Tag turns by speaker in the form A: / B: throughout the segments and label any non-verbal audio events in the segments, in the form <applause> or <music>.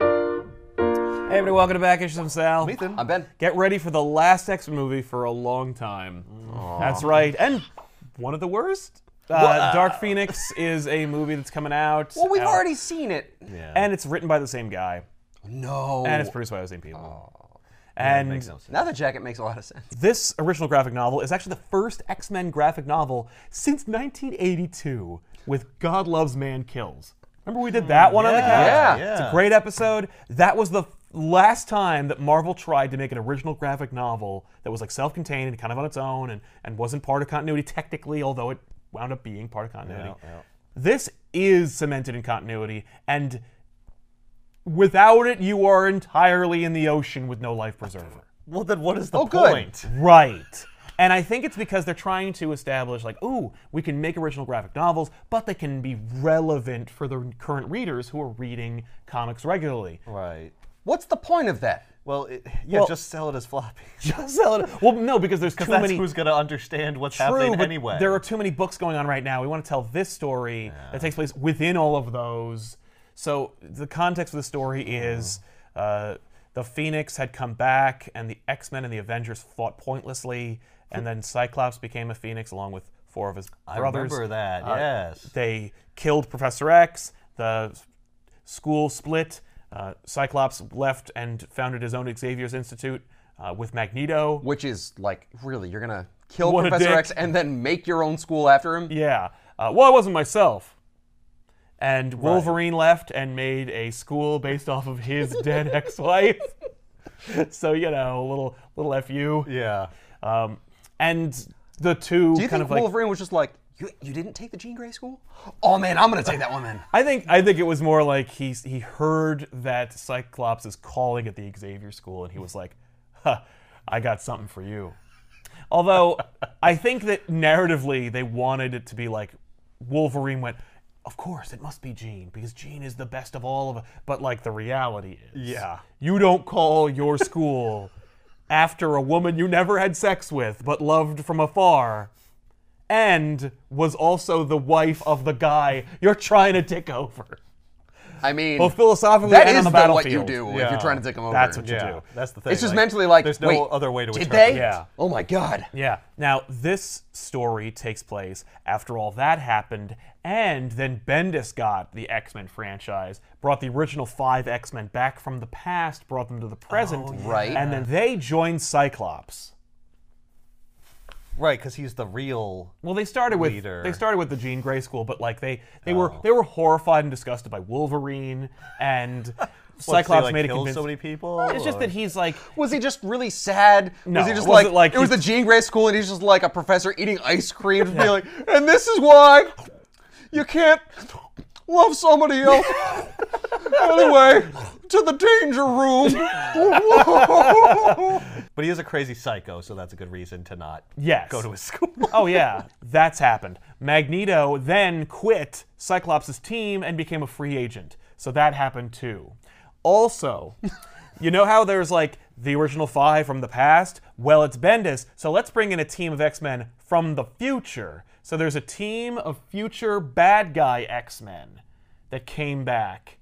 A: Hey everybody, welcome to Back Issues. I'm Sal.
B: Ethan.
C: I'm Ben.
A: Get ready for the last X movie for a long time. That's right, and one of the worst. Uh, Dark Phoenix is a movie that's coming out.
C: Well, we've
A: out-
C: already seen it.
A: and it's written by the same guy,
C: No.
A: and it's produced by the same people. And
C: now the jacket makes a lot of sense.
A: this original graphic novel is actually the first X Men graphic novel since 1982 with God Loves Man Kills. Remember, we did that one on the couch?
C: Yeah.
A: It's a
B: Yeah.
A: great episode. That was the last time that Marvel tried to make an original graphic novel that was like self contained and kind of on its own and, and wasn't part of continuity technically, although it wound up being part of continuity. This is cemented in continuity and. Without it, you are entirely in the ocean with no life preserver.
B: Well, then what is the
C: Oh, good.
B: point?
A: Right. And I think it's because they're trying to establish, like, ooh, we can make original graphic novels, but they can be relevant for the current readers who are reading comics regularly. <laughs>
B: Right.
C: What's the point of that?
B: Well, it, yeah,
A: Well-
B: just sell it as floppy.
A: Just sell it. Well, no, because there's too
B: That's
A: many.
B: who's going to understand what's
A: True,
B: happening
A: but
B: anyway.
A: there are too many books going on right now. We want to tell this story that takes place within all of those. So the context of the story is
B: Mm.
A: uh, the Phoenix had come back, and the X Men and the Avengers fought pointlessly, and then Cyclops became a Phoenix along with four of his
B: I
A: brothers.
B: remember that,
A: Uh,
B: yes.
A: They killed Professor X. The s- school split. Uh, Cyclops left and founded his own Xavier's Institute uh, with Magneto.
C: Which is like, really, you're gonna kill
A: What a
C: Professor
A: dick.
C: X and then make your own school after him?
A: Yeah. Uh, well, I wasn't myself. And Wolverine left and made a school based off of
C: <laughs>
A: his dead ex-wife. so you know, little little fu.
B: yeah.
A: Um, and the two
C: Do you
A: kind
C: think
A: of like.
C: Wolverine was just like, you, you didn't take the Jean Grey school? Oh man, I'm gonna take that one then.
A: I think I think it was more like he he heard that Cyclops is calling at the Xavier School, and he was like, huh, "I got something for you." Although I think that narratively they wanted it to be like Wolverine went, "Of course it must be Jean because Jean is the best of all of." us." But like the reality is,
B: Yeah.
A: you don't call your school after a woman you never had sex with but loved from afar and was also the wife of the guy you're trying to take over.
C: <laughs> I mean,
A: Well, philosophically,
C: that
A: and
C: is
A: on the
C: though what you
A: battlefield.
C: do if
B: Yeah.
C: you're trying to take him over.
A: That's what you
B: Yeah.
A: do.
B: That's the thing.
C: It's just mentally like,
B: There's no
C: wait,
B: other way to
C: did
B: interpret
C: they?
B: it.
A: Yeah.
C: Oh my god.
A: Yeah. Now, this story takes place after all that happened, and then Bendis got the X Men franchise, brought the original five X Men back from the past, brought them to the present,
C: Oh, Right.
A: and then they joined Cyclops.
B: Right, because he's the real.
A: Well, they started with
B: Leader. Oh.
A: they started with the Jean Grey school, but like they they were they were horrified and disgusted by Wolverine and
B: <laughs> What,
A: Cyclops
B: they, like,
A: made a
B: kill
A: convincing.
B: so many people.
A: it's just
B: or-
A: that he's like
C: Was he just really sad?
A: No,
C: was he just
A: was it like
C: like, it was
A: he-
C: the Jean Grey school and he's just like a professor eating ice cream and be like, and this is why you can't love
A: <laughs>
C: somebody else. anyway, to the danger room.
B: But he is a crazy psycho, so that's a good reason to not
A: Yes.
B: go to his school.
A: <laughs> oh yeah, that's happened. Magneto then quit Cyclops' team and became a free agent. So that happened too. <laughs> Also, you know how there's like the original five from the past? Well, it's Bendis, so let's bring in a team of X-Men from the future. So there's a team of future bad guy X-Men that came back,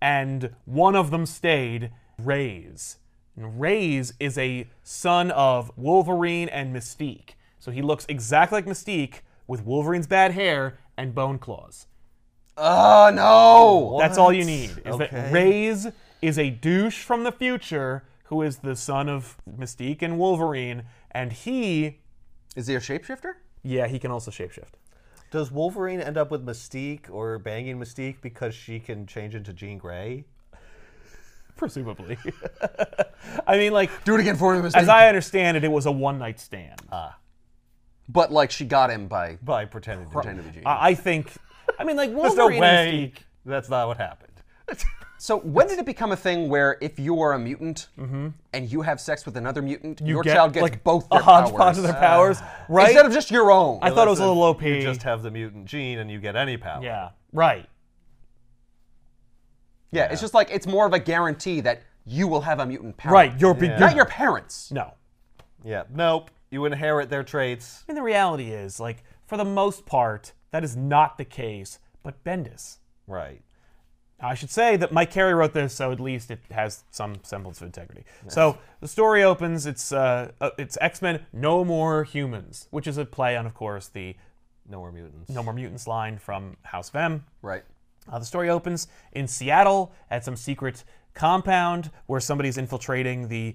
A: and one of them stayed, Rays. And Rays is a son of Wolverine and Mystique. So he looks exactly like Mystique with Wolverine's bad hair and bone claws.
C: oh no.
A: That's all you need. Is
B: Okay.
A: that Rays is a douche from the future who is the son of Mystique and Wolverine, and he,
C: Is he a shapeshifter?
A: yeah, he can also shapeshift. <laughs>
B: Does Wolverine end up with Mystique or banging Mystique because she can change into Jean Grey?
A: Presumably. <laughs> I mean, like,
C: Do it again for me, Mr.
A: as I understand it, it was a one night stand.
C: but like she got him by
B: By pretending to
C: pretending to be Jean.
A: I I think, I mean,
C: <laughs>
A: like, Wolverine
B: There's no
A: and
B: way
A: Mystique-
B: that's not what happened.
C: So when did it become a thing where if you are a mutant
A: Mm-hmm.
C: and you have sex with another mutant, your child gets both
A: a
C: their
A: hodgepodge
C: powers
A: of their powers, right?
C: instead of just your own?
A: I thought it was a
B: Unless
A: little OP.
B: You just have the mutant gene and you get any power.
A: yeah, right.
C: Yeah, it's just like it's more of a guarantee that you will have a mutant power.
A: Right, you're be-
C: not your
A: <laughs>
C: parents.
A: no.
B: Yeah. Nope. You inherit their traits.
A: I mean, the reality is, like, for the most part, that is not the case. But Bendis,
B: Right.
A: I should say that Mike Carey wrote this, so at least it has some semblance of integrity. So the story opens. It's uh, uh, it's X Men No More Humans, which is a play on, of course, the
B: No more mutants.
A: No More Mutants line from House of M.
C: Right.
A: Uh, the story opens in Seattle at some secret compound where somebody's infiltrating the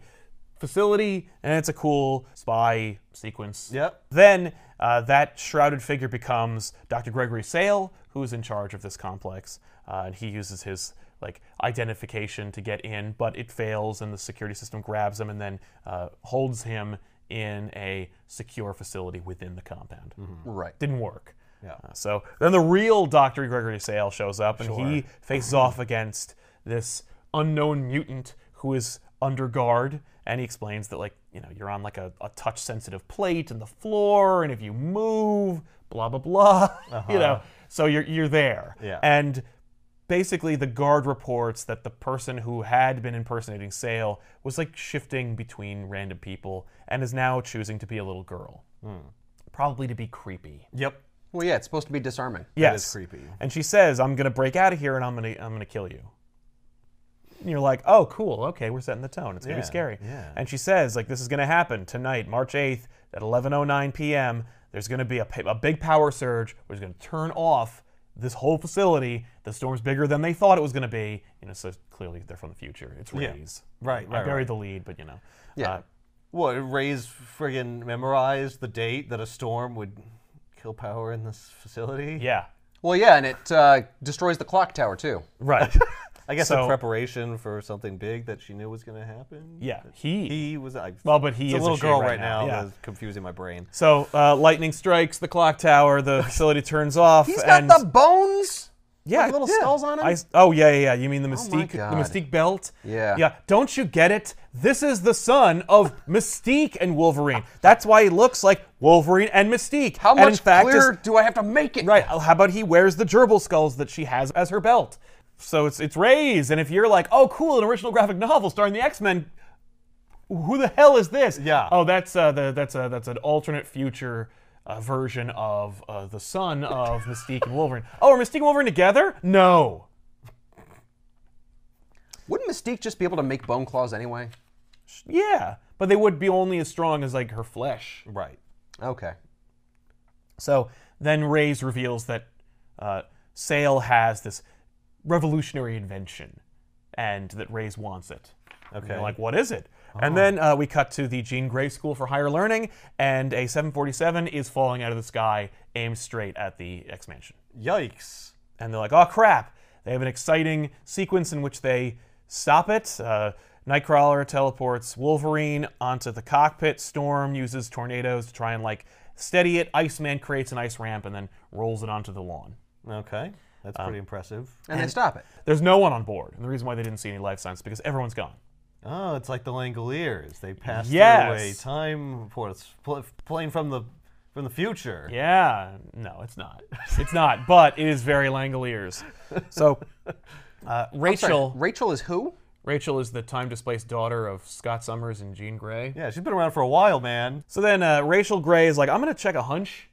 A: facility, and it's a cool spy sequence.
B: Yep.
A: Then uh, that shrouded figure becomes Dr. Gregory Sale, who is in charge of this complex, uh, and he uses his like identification to get in, but it fails, and the security system grabs him and then uh, holds him in a secure facility within the compound
C: Right.
A: didn't work. Uh, so then the real Dr. Gregory Sale shows up and he faces off against this unknown mutant who is under guard and he explains that like, you know, you're on like a, a touch sensitive plate and the floor and if you move, blah blah blah. <laughs> You know. So you're you're there.
B: Yeah.
A: And basically the guard reports that the person who had been impersonating Sale was like shifting between random people and is now choosing to be a little girl. Probably to be creepy.
B: Yep.
C: Well, yeah, it's supposed to be disarming.
A: Yes.
B: is creepy.
A: And she says, "I'm gonna break out of here and I'm gonna I'm gonna kill you." And you're like, "Oh, cool. Okay, we're setting the tone. It's gonna be
B: Yeah,
A: scary."
B: yeah.
A: And she says, "Like this is gonna happen tonight, March 8th at 11:09 p.m. There's gonna be a, pa- a big power surge. which is gonna turn off." This whole facility, the storm's bigger than they thought it was going to be. You know, so clearly they're from the future. It's rays.
B: Right,
A: I
B: right,
A: buried the lead, but you know.
C: Yeah.
A: Uh,
B: What? Ray's friggin' memorized the date that a storm would kill power in this facility.
A: yeah.
C: Well, yeah, and it uh, destroys the clock tower too.
B: <laughs>
A: Right.
B: I guess
A: So-
B: in preparation for something big that she knew was going to happen.
A: yeah. He.
B: He was. I,
A: well, but he
B: it's
A: is
B: a little
A: she
B: girl
A: right,
B: right now.
A: Yeah.
B: That's confusing my brain.
A: So uh, lightning strikes the clock tower.
C: <laughs>
A: The facility turns off.
C: He's got
A: and
C: the bones.
A: yeah,
C: with little skulls on him?
A: I s- oh yeah, yeah, yeah. You mean the mystique,
C: God.
A: the mystique belt?
C: Yeah.
A: yeah. Don't you get it? This is the son of <laughs> Mystique and Wolverine. That's why he looks like Wolverine and Mystique.
C: How
A: And in
C: much
A: fact, is-
C: clearer do I have to make it?
A: Right. oh, How about he wears the gerbil skulls that she has as her belt? So it's it's Ray's, and if you're like, oh, cool, an original graphic novel starring the X Men. Who the hell is this?
B: Yeah.
A: Oh, that's uh, the that's a that's an alternate future uh, version of uh, the son of <laughs> Mystique and Wolverine. Oh, are Mystique and Wolverine together? No.
C: Wouldn't Mystique just be able to make bone claws anyway?
A: Yeah, but they would be only as strong as like her flesh.
B: Right.
C: Okay.
A: So then Ray's reveals that uh, Sale has this revolutionary invention, and that Ray's wants it. And
B: Okay.
A: they're like, what is it? And then uh, we cut to the Jean Grey School for Higher Learning, and a 747 is falling out of the sky, aimed straight at the X Mansion.
B: Yikes.
A: And they're like, oh crap! They have an exciting sequence in which they stop it. Uh, Nightcrawler teleports Wolverine onto the cockpit. Storm uses tornadoes to try and like steady it. Iceman creates an ice ramp and then rolls it onto the lawn.
B: Okay. That's
A: Um,
B: pretty impressive.
C: And, they stop it.
A: There's no one on board, and the reason why they didn't see any life signs is because everyone's gone.
B: Oh, it's like the Langoliers. They passed
A: Yes.
B: through a time portal, pl- plane from the from the future.
A: Yeah, no, it's not. It's not, but it is very Langoliers. So, uh,
C: Sorry,
A: Rachel,
C: Rachel is who?
A: Rachel is the time displaced daughter of Scott Summers and Jean Grey.
B: Yeah, she's been around for a while, man.
A: So then uh, Rachel Gray is like, I'm gonna check a hunch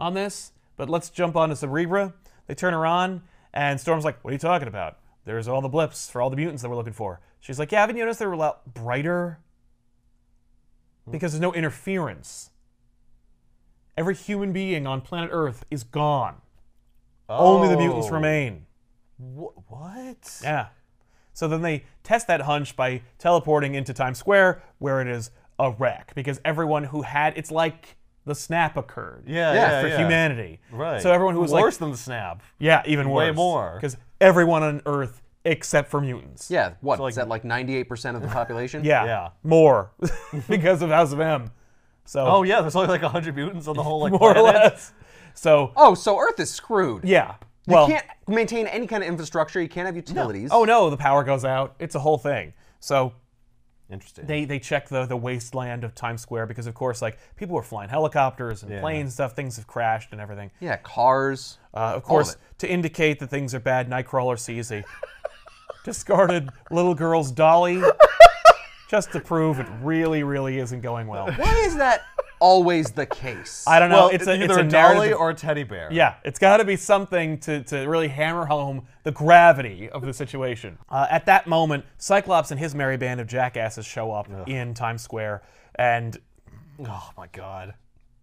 A: on this, but let's jump onto Cerebra. They turn her on, and Storm's like, What are you talking about? There's all the blips for all the mutants that we're looking for. She's like, Yeah, haven't you noticed they were a lot brighter? Because there's no interference. Every human being on planet Earth is gone. Only the mutants
B: Oh.
A: remain.
B: Wh- what?
A: Yeah. So then they test that hunch by teleporting into Times Square, where it is a wreck, because everyone who had it's like the snap occurred.
B: Yeah,
C: Yeah,
B: yeah,
A: For
B: yeah.
A: humanity.
B: Right.
A: So everyone who was
B: worse
A: like,
B: than the snap.
A: yeah, even worse.
B: way more.
A: Because everyone on Earth except for mutants.
C: Yeah. What? is that like
A: <laughs>
C: 98% of the population?
A: Yeah.
B: Yeah. <laughs>
A: More <laughs> because of House of M. So
B: Oh yeah, there's only like hundred mutants on the whole like
A: <laughs> more or
B: planet.
A: less. So
C: Oh, so Earth is screwed.
A: yeah.
C: You
A: well,
C: can't maintain any kind of infrastructure. You can't have utilities.
A: oh no, the power goes out. It's a whole thing. So
B: Interesting.
A: they they check the the wasteland of Times Square because of course like people were flying helicopters and planes and stuff things have crashed and everything.
C: Yeah, cars.
A: Uh, of
C: All of
A: course, to indicate that things are bad, Nightcrawler sees a discarded little girl's dolly just to prove it really really isn't going well. <laughs>
C: Why is that always the case.
A: I don't know.
B: well,
A: it's a
B: either
A: it's a,
B: dolly
A: narrative.
B: or a teddy bear.
A: Yeah, it's got to be something to, to really hammer home the gravity of the situation. Uh, at that moment, Cyclops and his merry band of jackasses show up in Times Square, and
B: Oh my god,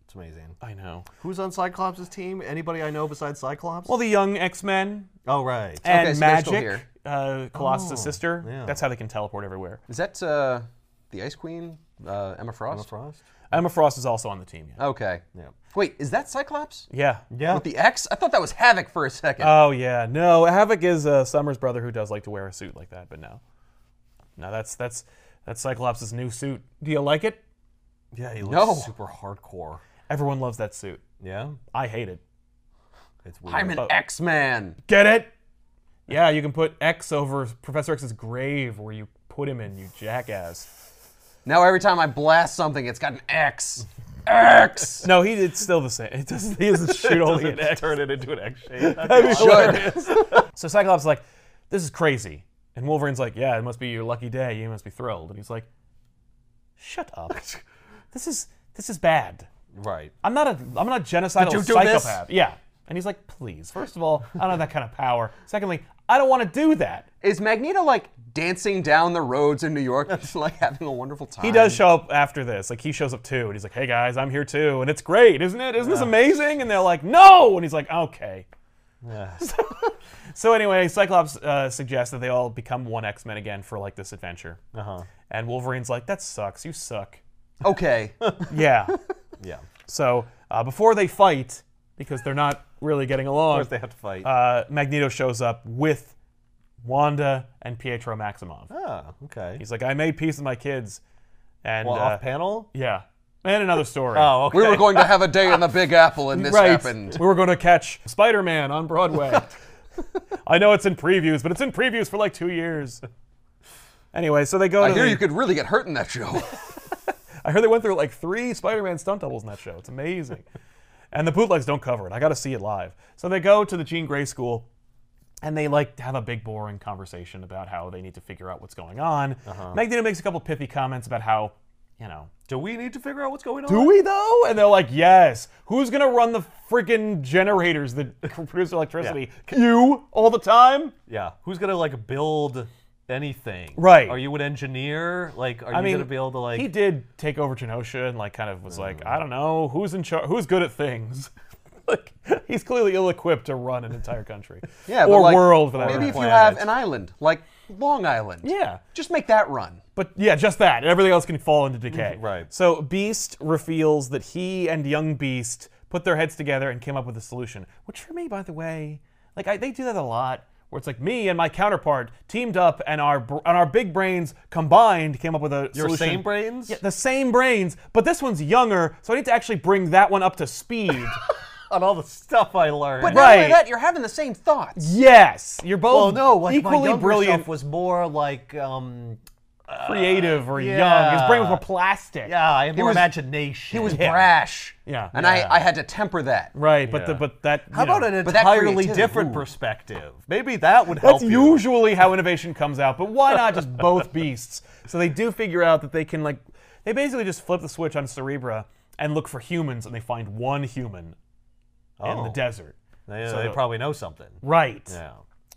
B: it's amazing.
A: I know.
B: Who's on Cyclops' team? Anybody I know besides Cyclops?
A: Well, the young X Men
B: oh right.
A: and
C: Okay, so they're still
A: Magic,
C: here. Oh,
A: uh, Colossus' sister.
B: yeah.
A: That's how they can teleport everywhere.
C: Is that uh, the Ice Queen, uh, Emma Frost?
B: Frost.
A: Emma Frost is also on the team. Yeah.
C: Okay.
B: Yeah.
C: Wait, is that Cyclops?
A: Yeah.
B: Yeah.
C: With the X? I thought that was Havoc for a second.
A: Oh yeah. No, Havoc is uh, Summer's brother who does like to wear a suit like that, but no, no, that's that's that's Cyclops' new suit. Do you like it?
B: Yeah, he looks
C: No.
B: super hardcore.
A: Everyone loves that suit.
B: Yeah,
A: I hate it.
B: it's weird.
C: I'm an
A: Oh.
C: X Man.
A: Get it? Yeah, you can put X over Professor X's grave where you put him in, you jackass.
C: Now every time I blast something, it's got an
A: <laughs>
C: X. X.
A: No, he it's still the same. It doesn't, he
C: <laughs>
A: doesn't shoot only an X.
B: Turn it into an
A: <laughs>
B: X shape.
C: Should.
A: So Cyclops is like, this is crazy. And Wolverine's like, yeah, it must be your lucky day. You must be thrilled. And he's like, shut <laughs> up. This is this is bad.
B: right.
A: I'm not a I'm not a genocidal
C: you do this?
A: psychopath. Yeah. And he's like, please. First of all, I don't have that kind of power. Secondly, I don't want to do that.
C: Is Magneto like dancing down the roads in New
A: <laughs>
C: York, just like having a wonderful time?
A: He does show up after this. Like he shows up too, and he's like, "Hey guys, I'm here too, and it's great, isn't it? Isn't this amazing?" And they're like, "No!" And he's like, "Okay."
B: <laughs> Yeah.
A: So anyway, Cyclops uh, suggests that they all become one X Men again for like this adventure,
B: Uh-huh.
A: and Wolverine's like, "That sucks. You suck." <laughs>
C: Okay.
A: Yeah.
B: Yeah. Of
A: so uh, before they fight, because they're not really getting along,
B: course they have to fight.
A: uh, Magneto shows up with Wanda and Pietro Maximov.
B: ah, okay.
A: He's like, "I made peace with my kids," and
B: well,
A: uh,
B: off panel?
A: yeah, and another story.
B: Oh, okay.
C: We were going to have a day in the Big Apple, and this happened.
A: We were going to catch Spider Man on Broadway. I know it's in previews, but it's in previews for like two years. Anyway, so they go.
C: I
A: to
C: hear
A: the-
C: you could really get hurt in that
A: <laughs>
C: show.
A: I heard they went through like three Spider Man stunt doubles in that show. It's amazing. <laughs> and the bootlegs don't cover it. I got to see it live. So they go to the Jean Grey School. And they like have a big boring conversation about how they need to figure out what's going on. Magneto makes a couple pithy comments about how, you know,
B: Do we need to figure out what's going on?
A: Do we though? And they're like, yes. Who's gonna run the freaking generators that <laughs> produce electricity? You all the time?
B: Yeah. Who's going to, like, build anything?
A: Right.
B: Are you an engineer? Like, are you
A: mean,
B: going to be able to, like... Mm.
A: He did take over Genosha and like kind of was like, I don't know, who's in charge? Who's good at things? <laughs> like he's clearly ill-equipped to run an entire country.
C: Yeah,
A: or
C: but like,
A: world for that
C: Maybe
A: matter.
C: if you have an island, like Long Island.
A: yeah.
C: Just make that run.
A: But yeah, just that. Everything else can fall into decay.
B: Mm, Right.
A: So Beast reveals that he and young Beast put their heads together and came up with a solution. Which for me, by the way, like I, they do that a lot, where it's like me and my counterpart teamed up and our br- and our big brains combined came up with a
B: your
A: solution.
B: same brains?
A: Yeah, the same brains, but this one's younger, so I need to actually bring that one up to speed. <laughs>
B: On all the stuff I learned.
C: But not only
A: Right.
C: that, you're having the same thoughts.
A: yes, you're
B: Oh,
A: both
B: no. Like, my
A: equally
B: younger
A: brilliant,
B: self was more, like, um...
A: creative, or young. His
B: yeah.
A: brain was more plastic.
B: Yeah, I had more
C: was-
B: imagination.
C: He was brash.
A: Yeah.
C: And
A: Yeah.
C: I, I had to temper that.
A: Right, but the
B: Yeah.
A: but that
B: How
A: you know.
B: about an
C: But that
B: entirely
C: creativity-
B: different
C: ooh.
B: perspective? Maybe that would help
A: That's
B: you.
A: usually how innovation comes out, but why not just both beasts? So they do figure out that they can like they basically just flip the switch on Cerebra and look for humans and they find one human in the
B: Oh.
A: desert.
B: They, uh,
A: So
B: they
A: the-
B: probably know something.
A: Right.
B: Yeah.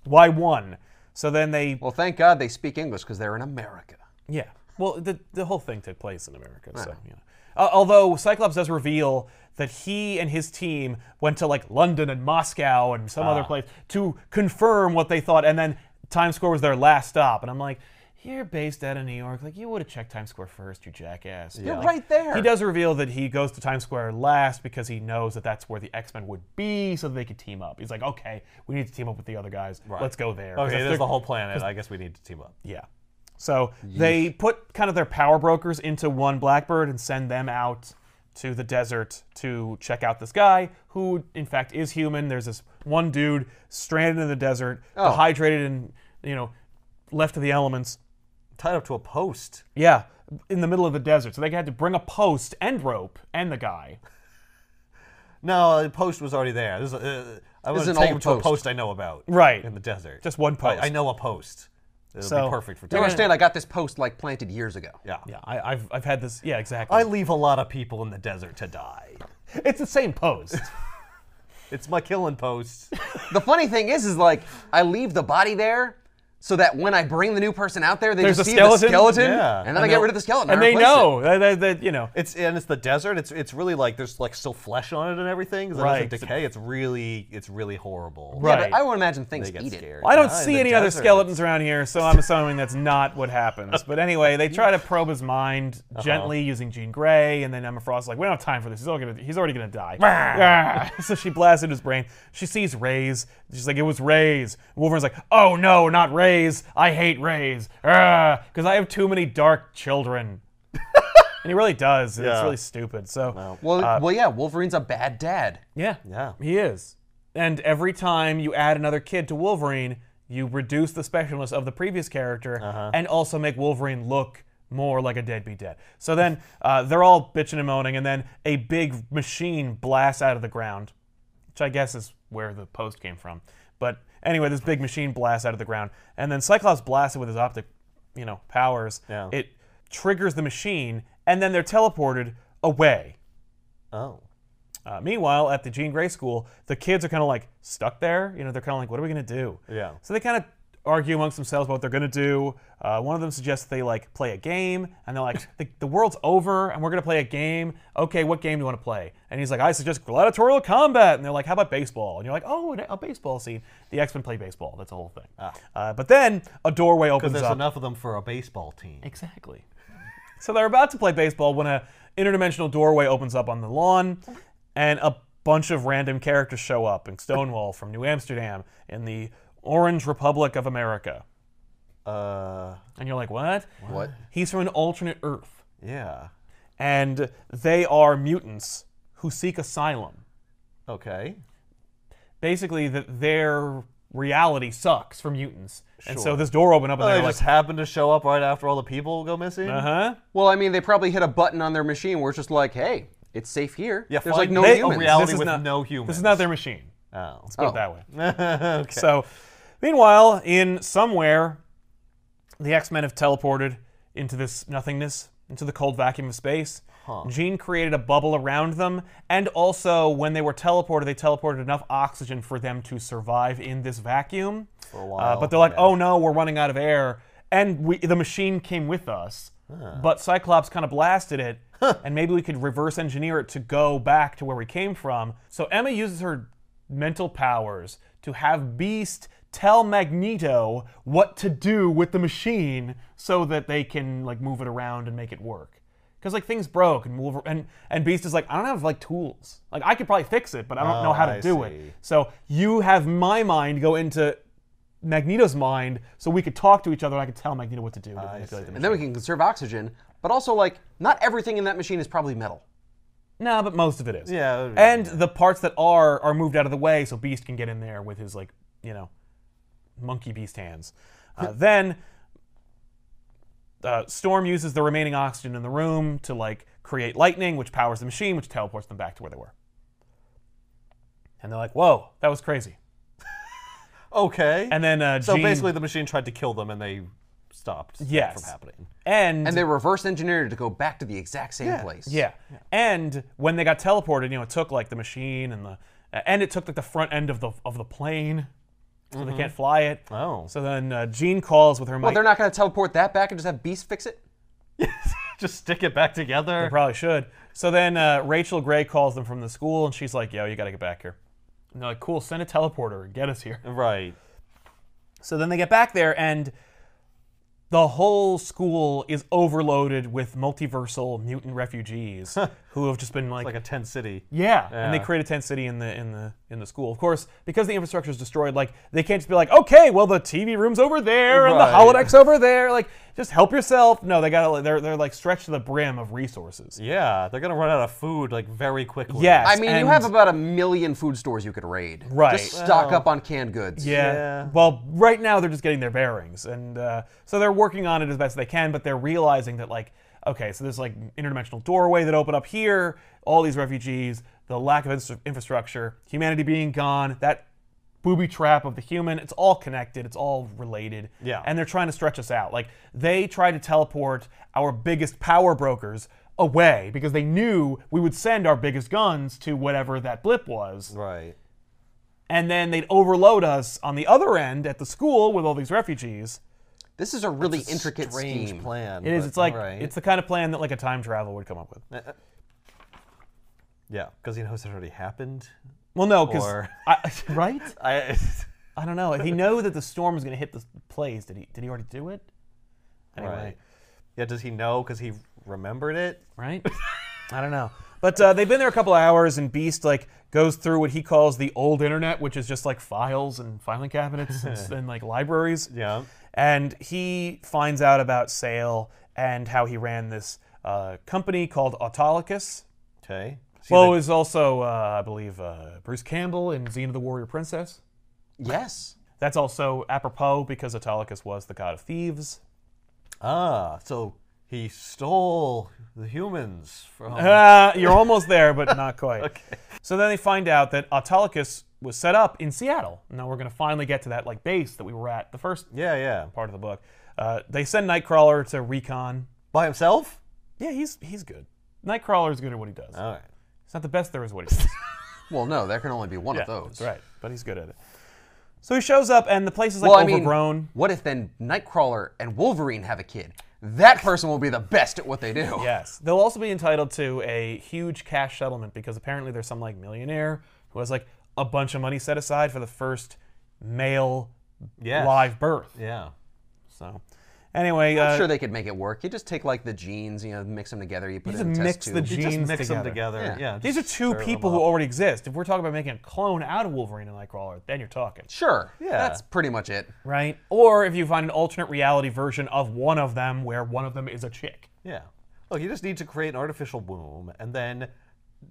A: Why one? So then they
C: Well, thank God they speak English because they're in America.
A: Yeah. Well, the, the whole thing took place in America, so you know. Uh, although Cyclops does reveal that he and his team went to like London and Moscow and some
C: Ah.
A: other place to confirm what they thought, and then Times Square was their last stop. And I'm like, you're based out of New York, like you would have checked Times Square first, you jackass.
C: You're right there.
A: He does reveal that he goes to Times Square last because he knows that that's where the X Men would be, so that they could team up. He's like, okay, we need to team up with the other guys. Let's go there. 'Cause
B: Okay,
A: that's
B: there's
A: their-
B: the whole planet. I guess we need to team up.
A: yeah. So they put kind of their power brokers into one Blackbird and send them out to the desert to check out this guy who, in fact, is human. There's this one dude stranded in the desert,
C: Oh.
A: dehydrated and, you know, left to the elements.
B: Tied up to a post.
A: Yeah, in the middle of the desert. So they had to bring a post and rope and the guy.
B: No, the post was already there. This is, uh, I want
C: is
B: to
C: an
B: take
C: old
B: him to a
C: post.
B: post I know about.
A: Right.
B: In the desert.
A: Just one
B: I-
A: post.
B: I, know a post. It'll
A: So-
B: be perfect for
C: You
B: Tony.
C: understand? I got this post like planted years ago.
B: Yeah.
A: Yeah, I, I've I've had this. Yeah, exactly.
B: I leave a lot of people in the desert to die.
A: it's the same
C: <laughs>
A: post.
B: It's my
A: <laughs>
B: killing post.
C: The funny thing is, is like I leave the body there. So that when I bring the new person out there, they
A: There's
C: just
A: a
C: see the
A: skeleton?
C: skeleton,
B: Yeah.
C: and then I
B: And
C: get
B: they'll-
C: rid of the skeleton.
A: and
C: I
A: they
C: replace it.
A: know that, that, that you know
B: It's and it's the desert. It's it's really like there's like still flesh on it and everything. 'cause it
A: Right.
B: doesn't decay. It's really it's really horrible.
A: Right.
C: Yeah, but I would imagine things
B: They get
C: eat
B: scared.
A: I don't
B: Ah, in
A: see
B: the
A: any other
B: desert.
A: skeletons around here, so I'm assuming that's not what happens. But anyway, they try to probe his mind
B: Uh-huh.
A: gently using Jean Grey, and then Emma Frost's like, "We don't have time for this. He's, all gonna, he's already gonna die." Ah. <laughs> so she blasts into his brain. She sees Rays. She's like, "It was Rays." Wolverine's like, "Oh no, not Rays. I hate Rays. Because I have too many dark children." <laughs> and he really does. and It's
B: Yeah.
A: really stupid. So.
C: it. Well,
A: Uh,
C: well, yeah, Wolverine's a bad dad.
A: Yeah.
B: Yeah.
A: He is. And every time you add another kid to Wolverine, you reduce the specialness of the previous character
B: Uh-huh.
A: and also make Wolverine look more like a deadbeat dad. So then uh, they're all bitching and moaning, and then a big machine blasts out of the ground, which I guess is where the post came from. But anyway, this big machine blasts out of the ground, and then Cyclops blasts it with his optic, you know, powers.
B: Yeah.
A: It triggers the machine, and then they're teleported away.
B: Oh.
A: Uh, meanwhile, at the Jean Grey school, the kids are kind of like stuck there. You know, they're kind of like, what are we going to do?
B: Yeah.
A: So they kind of argue amongst themselves about what they're going to do. Uh, one of them suggests they like play a game, and they're like, the, the world's over, and we're going to play a game. Okay, what game do you want to play? And he's like, I suggest gladiatorial combat. And they're like, how about baseball? And you're like, oh, a- a baseball scene. The X Men play baseball. That's the whole thing. Uh, but then a doorway opens
B: Ah. There's
A: up.
B: enough of them for a baseball team.
A: Exactly. So they're about to play baseball when a interdimensional doorway opens up on the lawn, and a bunch of random characters show up in Stonewall from New Amsterdam in the Orange Republic of America.
B: Uh.
A: And you're like, what?
C: What?
A: He's from an alternate Earth,
B: Yeah.
A: and they are mutants who seek asylum.
B: Okay.
A: Basically, that their reality sucks for mutants, and so
B: Sure.
A: this door opened up, and
B: They
A: they're like,
B: just happened to show up right after all the people go missing.
A: uh huh.
C: Well, I mean, they probably hit a button on their machine where it's just like, hey, it's safe here.
B: Yeah,
C: There's like
B: find
C: no
A: Oh,
B: they- a
C: humans.
B: reality- with no humans.
A: This is not their machine.
B: Oh.
A: Let's put it that way.
B: <laughs> okay.
A: So, meanwhile, in somewhere, the X Men have teleported into this nothingness, into the cold vacuum of space. Jean created a bubble around them, and also when they were teleported, they teleported enough oxygen for them to survive in this vacuum. For
B: a
A: uh,
B: while,
A: but they're like, oh no, we're running out of air, and we, the machine came with us. But Cyclops kind of blasted it, and maybe we could reverse engineer it to go back to where we came from. So Emma uses her mental powers to have Beast tell Magneto what to do with the machine so that they can like move it around and make it work. Because like things broke and Wolver- and and Beast is like I don't have like tools. Like I could probably fix it, but I don't know how to
B: Oh, I
A: do it.
B: see.
A: So you have my mind go into Magneto's mind, so we could talk to each other and I could tell Magneto what to do. to manipulate the
C: and then we can conserve oxygen, but also like not everything in that machine is probably metal.
A: No, but most of it is.
B: Yeah, it would be-
A: And the parts that are are moved out of the way so Beast can get in there with his like, you know, monkey beast hands. Uh, then uh, Storm uses the remaining oxygen in the room to like create lightning, which powers the machine, which teleports them back to where they were. And they're like, "Whoa, that was crazy!"
B: Oh. okay.
A: And then uh,
B: so
A: Jean-
B: basically, the machine tried to kill them, and they stopped that
A: Yes.
B: from happening.
A: and,
C: And they reverse engineered it to go back to the exact same place.
A: Yeah. And when they got teleported, you know, it took like the machine and the and it took like the front end of the of the plane, so they can't fly it.
B: Oh. <laughs>
A: So then uh, Jean calls with her
C: Well,
A: mic.
C: they're not going to teleport that back and just have Beast fix it.
B: Just stick it back together.
A: They probably should. So then uh, Rachel Gray calls them from the school, and she's like, "Yo, you got to get back here." And they're like, "Cool, send a teleporter and get us here."
B: right.
A: So then they get back there, and the whole school is overloaded with multiversal mutant refugees who have just been like
B: Like a tent city.
A: Yeah. And they
B: Yeah.
A: create a tent city in the in the in the school. Of course, because the infrastructure is destroyed, like they can't just be like, okay, well the TV room's over there and the
B: Right.
A: holodeck's over there. Like, just help yourself. No, they gotta they're they're like stretched to the brim of resources.
B: Yeah, they're gonna run out of food like very quickly.
A: Yes.
C: I mean,
A: and-
C: you have about a million food stores you could raid.
A: Right.
C: Just stock up on canned goods.
A: Yeah.
B: Yeah.
A: Well, right now they're just getting their bearings, and uh, so they're working on it as best they can. But they're realizing that, like, okay, so there's like interdimensional doorway that opened up here. All these refugees, the lack of ins- infrastructure, humanity being gone, that booby trap of the human. It's all connected. It's all related.
B: Yeah.
A: And they're trying to stretch us out. Like they tried to teleport our biggest power brokers away because they knew we would send our biggest guns to whatever that blip was
B: Right.
A: and then they'd overload us on the other end at the school with all these refugees.
C: This is a really intricate
B: Strange
C: scheme.
B: plan.
A: It is.
B: but
A: It's like
B: alright. Uh,
A: it's the kind of plan that like a time travel would come up with.
B: yeah, because he knows it already happened.
A: Well, no, because
B: Or- <laughs>
A: right?
B: I.
A: I <laughs> don't know. If he know that the storm was going to hit the place, did he? Did he already do it? Anyway,
B: Right. Yeah. Does he know? Because he remembered it.
A: right? I don't know. But uh, they've been there a couple hours, and Beast like goes through what he calls the old internet, which is just like files and filing cabinets and,
B: <laughs>
A: s- and like libraries.
B: Yeah.
A: And he finds out about Sale and how he ran this uh, company called Autolycus.
B: Okay. See
A: Flo is also, uh, I believe, uh, Bruce Campbell in Xena the Warrior Princess.
C: Yes.
A: That's also apropos because Autolycus was the god of
C: <laughs>
A: thieves.
B: the- ah, so he stole the humans from.
A: Uh, you're almost there, but not
C: <laughs>
A: quite. So then they find out that Autolycus was set up in Seattle. Now we're going to finally get to that like base that we were at the first
B: yeah. Yeah.
A: part of the book. Uh, they send Nightcrawler to recon.
B: By himself.
A: Yeah, he's he's good. Nightcrawler's good at what he does.
C: Oh.
B: All right.
A: It's not the best there is what he
C: <laughs>
A: does.
C: Well, no, there can only be one of
A: Yeah,
C: those.
A: That's right, but he's good at it. So he shows up, and the place is like
C: Well, I mean,
A: overgrown.
C: what if then Nightcrawler and Wolverine have a kid? That person will be the best at what they do.
A: Yes. They'll also be entitled to a huge cash settlement because apparently there's some like millionaire who has like a bunch of money set aside for the first male
B: Yes.
A: live birth.
B: Yeah.
A: So, anyway, uh,
C: I'm <laughs> sure they could make it work. You just take like the genes, you know, mix them together. You put
A: You
C: it in
A: just
C: a test
A: mix the
C: tube.
A: genes
B: Just mix
A: together.
B: them together.
C: Yeah.
B: Yeah.
A: These are
B: just
A: two
B: stir them
A: people who
B: up.
A: already exist. If we're talking about making a clone out of Wolverine and Nightcrawler, then you're talking,
C: Sure.
B: Yeah.
C: That's pretty much it.
A: right? Or if you find an alternate reality version of one of them where one of them is a chick.
B: Yeah. Look, you just need to create an artificial womb, and then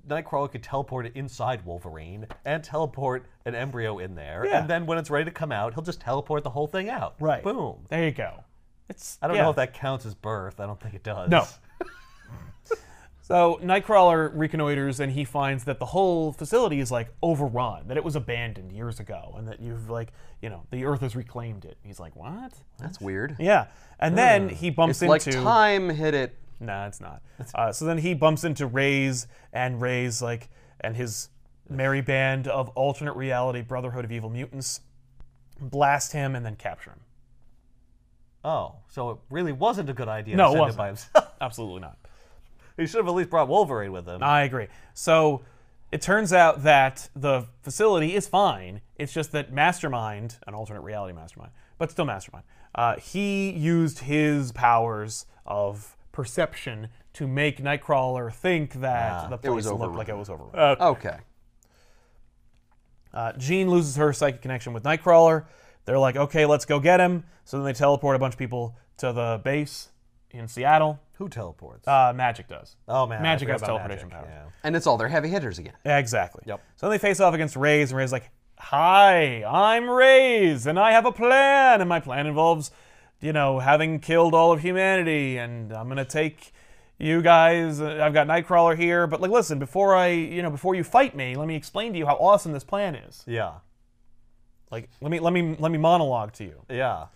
B: Nightcrawler could teleport it inside Wolverine and teleport an embryo in there.
A: Yeah.
B: And then when it's ready to come out, he'll just teleport the whole thing out. Boom.
A: There you go. It's
B: I don't
A: yeah.
B: know if that counts as birth. I don't think it does.
A: No. <laughs> So Nightcrawler reconnoiters and he finds that the whole facility is like overrun, that it was abandoned years ago, and that you've like, you know, the Earth has reclaimed it. He's like, what?
C: That's weird.
A: Yeah. And then he bumps
C: It's like
A: into.
C: time hit it.
A: Nah, it's not. Uh, so then he bumps into Ray's and Ray's like and his merry band of alternate reality Brotherhood of Evil Mutants blast him and then capture him. <laughs>
B: Oh, so it really wasn't a good idea
A: No, it
B: to send
A: wasn't.
B: it by himself. <laughs>
A: Absolutely not.
B: he should have at least brought Wolverine with him.
A: I agree. So it turns out that the facility is fine. It's just that Mastermind, an alternate reality Mastermind, but still Mastermind, uh, he used his powers of perception to make Nightcrawler think that the
C: was
A: place looked
C: overrun.
A: like it was overrun.
C: Okay.
A: Uh, Jean loses her psychic connection with Nightcrawler. They're like, okay, let's go get him. So then they teleport a bunch of people to the base in Seattle.
B: Who teleports?
A: Uh, magic does.
B: oh, man. I
A: Magic
B: forgot
A: has
B: about
A: teleportation
B: Magic,
A: powers.
B: yeah.
C: And it's all their heavy hitters again.
A: Exactly.
B: Yep.
A: So then they face off against Rays, and Ray's like, Hi, I'm Rays, and I have a plan, and my plan involves, you know, having killed all of humanity, and I'm gonna take you guys. uh, I've got Nightcrawler here, but like, listen, before I, you know, before you fight me, let me explain to you how awesome this plan is.
B: Yeah.
A: Like, let me, let me, let me monologue to you.
B: Yeah.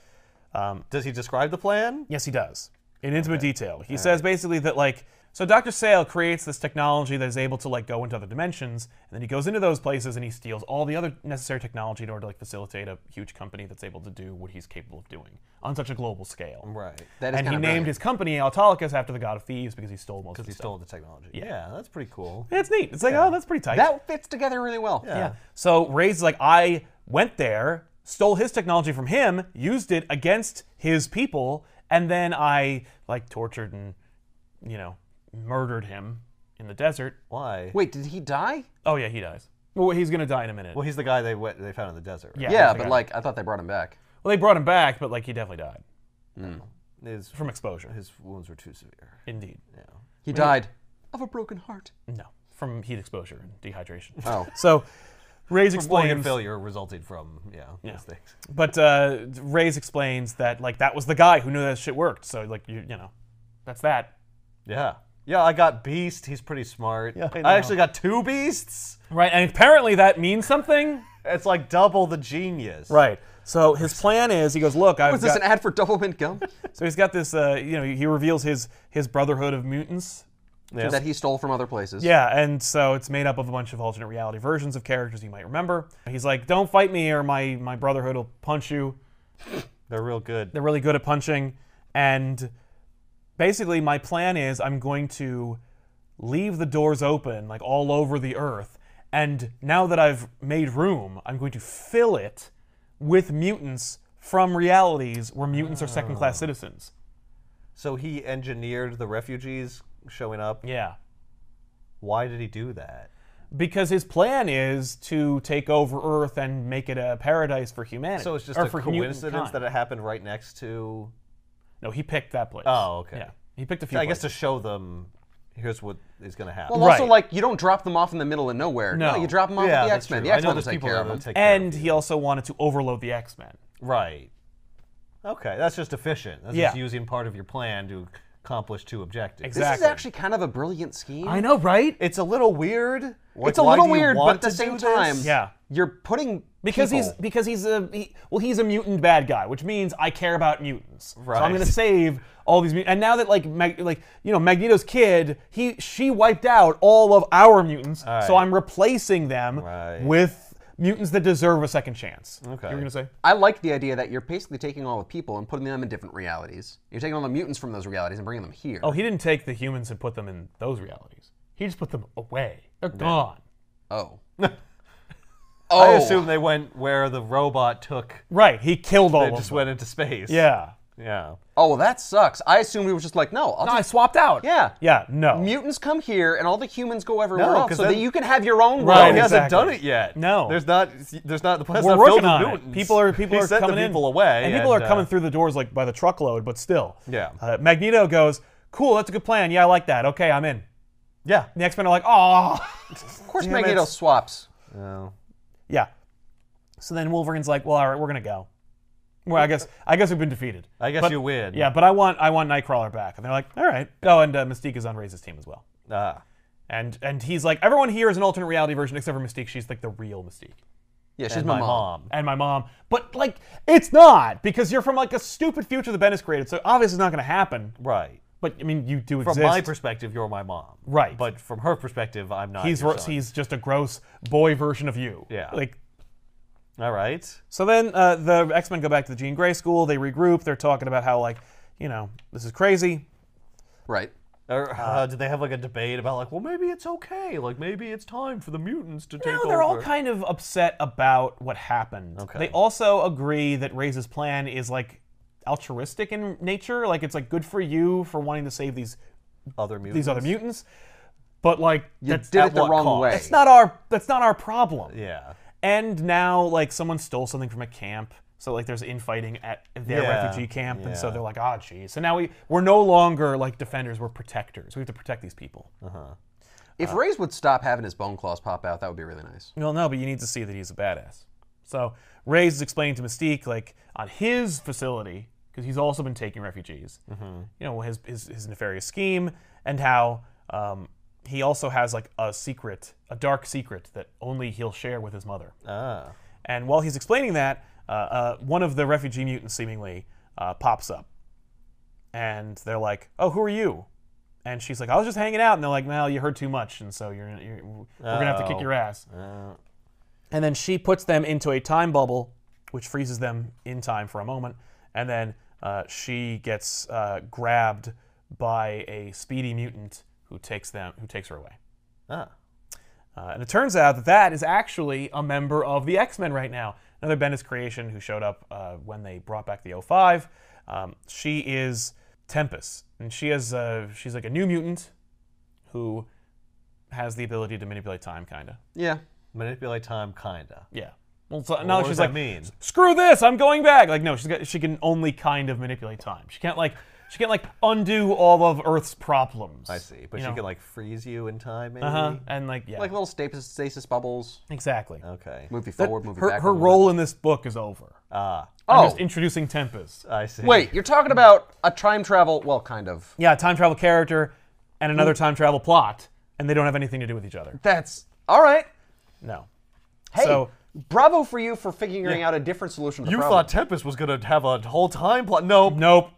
B: Um, Does he describe the plan?
A: Yes, he does. In intimate detail. He says basically that like so Dr. Sale creates this technology that is able to like go into other dimensions, and then he goes into those places and he steals all the other necessary technology in order to like facilitate a huge company that's able to do what he's capable of doing on such a global scale.
B: Right.
C: That is
A: And he
C: kind
A: named
C: of
A: his company Autolycus after the god of thieves because he stole most of
B: He
A: his
B: stole the technology. Yeah, that's pretty cool.
A: stuff. It's neat. It's like, oh, that's pretty tight.
C: That fits together really well.
A: yeah. Uh, So Ray's like, I went there, stole his technology from him, used it against his people, and then I like tortured and, you know, murdered him in the desert.
B: Why?
C: Wait, did he die?
A: Oh yeah, he dies. Well, he's gonna die in a minute.
B: Well, he's the guy they went, they found in the desert. Right?
A: yeah,
C: Yeah,
A: he's the
C: but
A: guy.
C: like I thought they brought him back.
A: well, they brought him back, but like he definitely died
B: Yeah. His,
A: from exposure.
B: his wounds were too severe.
A: Indeed.
C: He died of a broken
B: <laughs>
C: heart.
A: No, from heat exposure and dehydration.
C: Oh.
A: <laughs> So, Ray's
B: Organ
A: explains.
B: failure resulting from yeah, these things.
A: But uh, Ray's explains that like that was the guy who knew that shit worked. So like you you know, that's that.
B: Yeah, yeah. I got Beast. He's pretty smart.
A: Yeah, I know.
B: actually got two Beasts.
A: Right, and apparently that means something.
B: It's like double the genius.
A: Right. So his plan is he goes, look, I've
C: Was this
A: got,
C: an ad for double mint
B: <laughs>
C: gum
A: so he's got this. Uh, you know, he reveals his his Brotherhood of Mutants.
C: that he stole from other places?
A: Yeah, and so it's made up of a bunch of alternate reality versions of characters you might remember. He's like, don't fight me or my my Brotherhood will punch you.
B: They're real good.
A: They're really good at punching, and basically my plan is I'm going to leave the doors open like all over the earth. And now that I've made room, I'm going to fill it with mutants from realities where mutants are second class
B: Oh.
A: citizens.
B: So he engineered the refugees showing up.
A: Yeah.
B: Why did he do that?
A: Because his plan is to take over Earth and make it a paradise for humanity.
B: So it's just
A: or
B: a
A: for humankind.
B: coincidence that it happened right next to.
A: No, he picked that place.
B: Oh, okay.
A: Yeah. He picked a few
B: I guess
A: places.
B: to show them, here's what is going to happen.
C: Well, also
A: Right.
C: like you don't drop them off in the middle of nowhere.
A: No.
C: you drop them off
B: yeah,
C: with the
B: that's
C: X Men.
B: true.
C: The
B: I
C: X
B: know
C: Men
B: there's
C: take
B: people
C: care
B: that
C: of them.
B: will take care of
A: And
B: you.
A: he also wanted to overload the X Men.
B: right. Okay, that's just efficient. That's just
A: Yeah.
B: using part of your plan to accomplish two objectives.
A: Exactly.
C: This is actually kind of a brilliant scheme.
A: know, right?
B: It's a little weird. Like,
C: it's a
B: why
C: little
B: do you
C: weird, but
B: want
C: at the
B: to
C: same
B: do this?
C: time,
A: Yeah.
C: you're putting
A: Because
C: people-
A: he's because he's a he, well he's a mutant bad guy, which means I care about mutants. So
B: Right.
A: I'm gonna save all these mutants. And now that like Mag- like you know Magneto's kid, he she wiped out all of our mutants, so
B: right.
A: I'm replacing them
B: Right.
A: with mutants that deserve a second chance. Okay. You
B: Okay.
A: were gonna say?
C: I like the idea that you're basically taking all the people and putting them in different realities. You're taking all the mutants from those realities and bringing them here.
A: Oh, he didn't take the humans and put them in those realities. He just put them away. They're gone.
C: Oh.
B: I
C: oh.
B: assume they went where the robot took.
A: Right. He killed all
B: It
A: of
B: just
A: them.
B: went into space.
A: yeah.
B: Yeah.
C: Oh, well, that sucks. I assume he was just like, no, I'll
A: No, I
C: just,
A: swapped out.
C: yeah.
A: Yeah. No.
C: Mutants come here, and all the humans go everywhere
B: No,
C: else,
B: 'cause
C: so that
B: then-
C: you can have your own
A: Right,
B: he
C: world.
A: exactly.
B: hasn't done it yet.
A: No.
B: There's not. There's not. The planet's
A: We're
B: not filled
A: working
B: with
A: on it.
B: mutants.
A: People are people
B: he
A: are
B: sent
A: coming
B: the people
A: in,
B: away,
A: and people are
B: uh,
A: coming through the doors like by the truckload, but still.
B: Yeah.
A: Uh, Magneto goes, "Cool, that's a good plan. Yeah, I like that. Okay, I'm in."
B: Yeah.
A: The X Men are like, "Oh,
C: Of course, Magneto swaps.
A: <laughs> yeah." So then Wolverine's like, "Well, all right, we're gonna go." Well, I guess I guess we've been defeated.
B: I guess
A: But-
B: you win.
A: Yeah, but I want I want Nightcrawler back, and they're like, "All right." Oh, and uh, Mystique is on Ray's team as well,
B: Ah.
A: and and he's like, "Everyone here is an alternate reality version except for Mystique. She's like the real Mystique."
C: Yeah, she's
B: my
C: my mom.
B: mom.
A: and my mom. But like, it's not because you're from like a stupid future that Ben has created. So obviously, it's not going to happen.
B: Right.
A: But I mean, you do
B: From
A: exist.
B: my perspective, you're my mom.
A: Right.
B: But from her perspective, I'm not.
A: he's
B: your
A: ro-
B: son.
A: he's just a gross boy version of you.
B: Yeah.
A: Like
B: All right.
A: so. Then uh, the X Men go back to the Jean Grey school. They regroup. They're talking about how like, you know, this is crazy.
C: Right.
B: Or uh, did they have like a debate about like, well, maybe it's okay, like maybe it's time for the mutants to take
A: No,
B: over?
A: they're all kind of upset about what happened.
B: Okay.
A: They also agree that Ray's plan is like altruistic in nature. Like it's like good for you for wanting to save these
B: other mutants.
A: these other mutants. But like
C: You
A: that's
C: did
A: at
C: it the
A: what
C: wrong
A: cost?
C: way.
A: That's not our that's not our problem.
B: Yeah.
A: And now like someone stole something from a camp. So like there's infighting at their
B: Yeah,
A: refugee camp and so
B: yeah.
A: they're like, "Ah, geez." So now we we're no longer like defenders, we're protectors. We have to protect these people.
B: Uh-huh.
C: If Ray's would stop having his bone claws pop out, that would be really nice.
A: Well, no, but you need to see that he's a badass. So Ray's is explaining to Mystique like on his facility because he's also been taking refugees.
B: Mm-hmm.
A: You know his, his his nefarious scheme and how um, he also has like a secret, a dark secret that only he'll share with his mother.
B: Ah.
A: And while he's explaining that, uh, uh, one of the refugee mutants seemingly uh, pops up, and they're like, "Oh, who are you?" And she's like, "I was just hanging out." And they're like, "Well, you heard too much, and so you're, you're we're gonna have to kick
B: Oh.
A: your ass."
B: Uh,
A: And then she puts them into a time bubble, which freezes them in time for a moment. And then uh, she gets uh, grabbed by a speedy mutant who takes them, who takes her away.
B: ah.
A: Uh, and it turns out that that is actually a member of the X Men right now. Another Bendis creation who showed up uh, when they brought back the 05. Um, she is Tempest, and she has uh, she's like a new mutant who has the ability to manipulate time, kinda.
C: Yeah.
B: Manipulate time, kinda.
A: Yeah. Well, so,
B: What
A: now
B: does
A: she's
B: that
A: like,
B: mean?
A: screw this, I'm going back. Like, no, she's got, she can only kind of manipulate time. She can't like she can't like undo all of Earth's problems.
B: I see, but
A: you
B: she
A: know?
B: can like freeze you in time, maybe.
A: Uh-huh. And like yeah,
C: Like little stasis, stasis bubbles.
A: exactly.
B: Okay.
C: Move you forward, move you
A: her
C: back.
A: her
C: a little
A: role in this book is over.
B: Ah,
A: I'm
C: Oh.
A: just introducing Tempest.
B: I see.
C: bit. Wait, you're talking about a time travel? Well, kind of.
A: Yeah, time travel character and another time travel plot, and they don't have anything to do with each other.
C: That's all right.
A: No.
C: Hey,
A: So
C: bravo for you for figuring out a different solution to the
B: You
C: problem.
B: thought Tempest was gonna have a whole time plot. No,
A: Nope.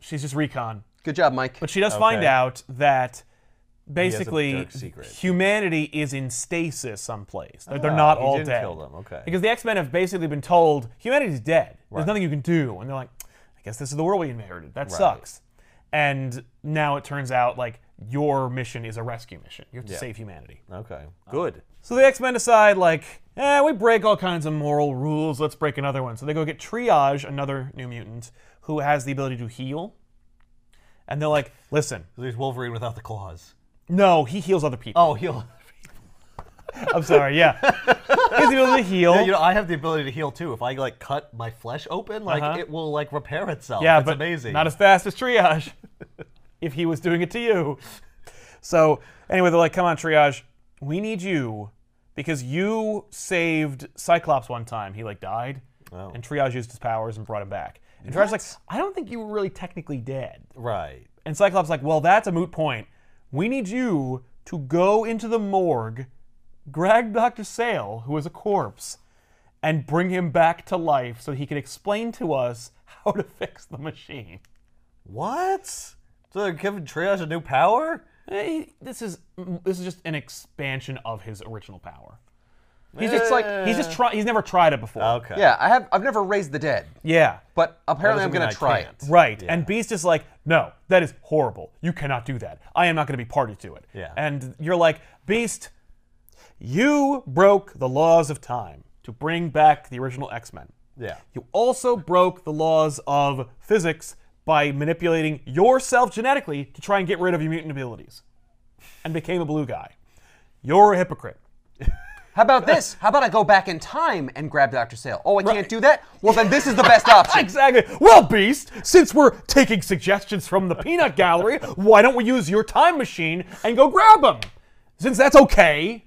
A: She's just recon.
C: Good job, Mike.
A: But she does find out that
B: a
A: basically
B: dark secret. Ah,
A: humanity is in stasis someplace. They're, they're not
B: he
A: all
B: didn't
A: dead.
B: kill them, okay.
A: Because the X Men have basically been told humanity's dead. There's nothing you can do, and they're like, I guess this is the world we inherited. That sucks. And now it turns out like your mission is a rescue mission. You have to save humanity.
B: Okay. Good.
A: So the X Men decide, like, eh, we break all kinds of moral rules. Let's break another one. So they go get Triage, another new mutant who has the ability to heal. And they're like, listen,
B: There's Wolverine without the claws.
A: no, he heals other people.
B: Oh, heal.
A: I'm sorry, yeah.
B: <laughs>
A: he has the ability to heal. Yeah,
B: You know, I have the ability to heal too. If I like cut my flesh open, like it will like repair itself. it's
A: Uh-huh. but
B: amazing.
A: not as fast as Triage if he was doing it to you. So anyway, they're like, come on, Triage, we need you because you saved Cyclops one time. He like died,
B: Oh.
A: and Triage used his powers and brought him back. And Triage's like, I don't think you were really technically dead.
B: right.
A: And Cyclops like, well, that's a moot point. We need you to go into the morgue, grab Doctor Sale, who is a corpse, and bring him back to life so he can explain to us <laughs> how to fix the machine.
B: What? So they're giving Triage a new power?
A: Eh, This is this is just an expansion of his original power.
C: He's just like,
A: He's just try. He's never tried it before.
B: Okay.
C: yeah, I have. I've never raised the dead,
A: Yeah.
C: but apparently I'm
B: Doesn't mean
C: gonna
B: I
C: try
B: can't.
C: it.
A: Right. And Beast is like, no, that is horrible. You cannot do that. I am not going to be party to it.
B: Yeah.
A: And you're like, Beast, you broke the laws of time to bring back the original X Men.
B: Yeah.
A: You also broke the laws of physics by manipulating yourself genetically to try and get rid of your mutant abilities and became a blue guy. You're a hypocrite.
C: How about this? How about I go back in time and grab Doctor Sale? Oh, I can't do that. Well, then this is the
B: <laughs>
C: best option.
A: Exactly. Well, Beast, since we're taking suggestions from the peanut gallery, why don't we use your time machine and go grab them? Since that's okay,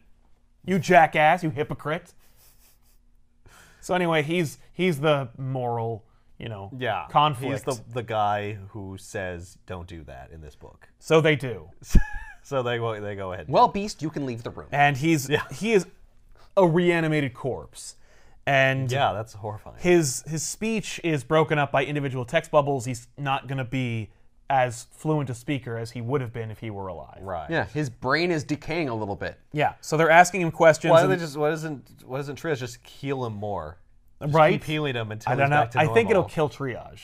A: you jackass, you hypocrite. So anyway, he's he's the moral, you know,
B: Yeah.
A: conflict.
B: He's the, the guy who says don't do that in this book.
A: so they do,
B: So they go they go ahead.
C: Well, Beast, you can leave the room.
A: and he's he is a reanimated corpse, and
B: yeah, that's horrifying.
A: his his speech is broken up by individual text bubbles. He's not gonna be as fluent a speaker as he would have been if he were alive.
B: right.
C: Yeah, his brain is decaying a little bit.
A: Yeah. So they're asking him questions.
B: Why do
A: and-
B: they just why doesn't why doesn't Triage just heal him more? Just
A: Right?
B: Keep healing him until
A: I don't
B: he's
A: know.
B: back to
A: I think it'll
B: normal.
A: kill triage.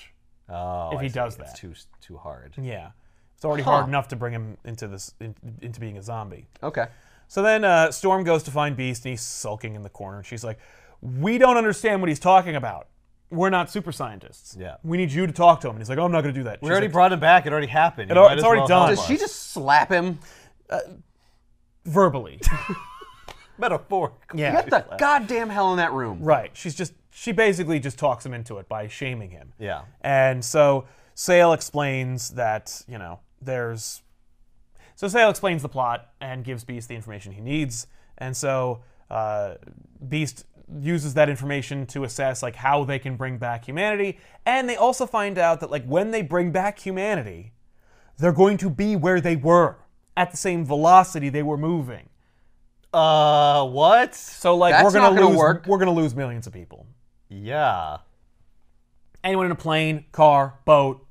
B: oh,
A: if
B: I
A: he
B: see.
A: does that.
B: It's too too hard.
A: Yeah. It's already hard enough to bring him into this in, into being a zombie.
C: Okay.
A: So then uh, Storm goes to find Beast and he's sulking in the corner. She's like, "We don't understand what he's talking about. We're not super scientists.
B: Yeah.
A: We need you to talk to him." And he's like, "Oh, I'm not going to do that."
B: We already brought him back. It already happened. You
A: al-
B: might
A: it's
B: as
A: already
B: well
A: done.
B: help
C: Does
B: us.
C: she just slap him?
A: verbally. <laughs>
B: metaphorically? <laughs>
A: Yeah.
C: Get the goddamn hell in that room.
A: Right. She's just she basically just talks him into it by shaming him.
B: Yeah.
A: And so Sale explains that, you know, there's so Sale explains the plot and gives Beast the information he needs. And so uh, Beast uses that information to assess like how they can bring back humanity. And they also find out that like when they bring back humanity, they're going to be where they were at the same velocity they were moving.
B: Uh, what?
A: So like
C: That's
A: we're gonna,
C: not gonna
A: lose
C: work.
A: we're gonna lose millions of people.
B: Yeah.
A: Anyone in a plane, car, boat,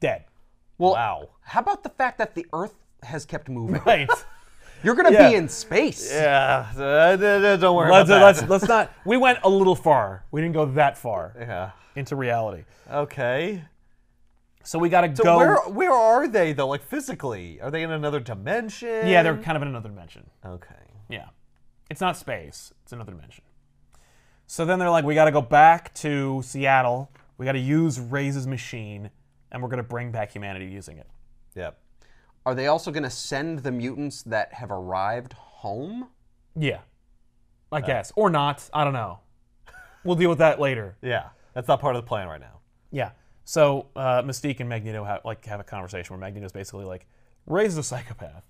A: dead. <laughs>
C: Well,
B: Wow.
C: how about the fact that the Earth has kept
B: <laughs>
C: moving?
A: Right.
C: You're gonna
A: Yeah.
C: be in space.
B: Yeah. uh, uh, uh, don't worry
A: let's,
B: about that.
A: let's let's not. We went a little far. We didn't go that far
B: <laughs> yeah.
A: into reality.
B: Okay.
A: So we gotta
B: So
A: go.
B: where where are they though? Like physically, are they in another dimension?
A: yeah, they're kind of in another dimension.
B: Okay.
A: Yeah, it's not space. It's another dimension. So then they're like, we gotta go back to Seattle. We gotta use Ray's machine, and we're gonna bring back humanity using it.
B: Yep.
C: Are they also gonna send the mutants that have arrived home?
A: Yeah, I
B: Uh,
A: guess or not. I don't know. We'll deal with that later.
B: Yeah. That's not part of the plan right now.
A: Yeah. So uh, Mystique and Magneto have like have a conversation where Magneto's basically like, "Ray's a psychopath.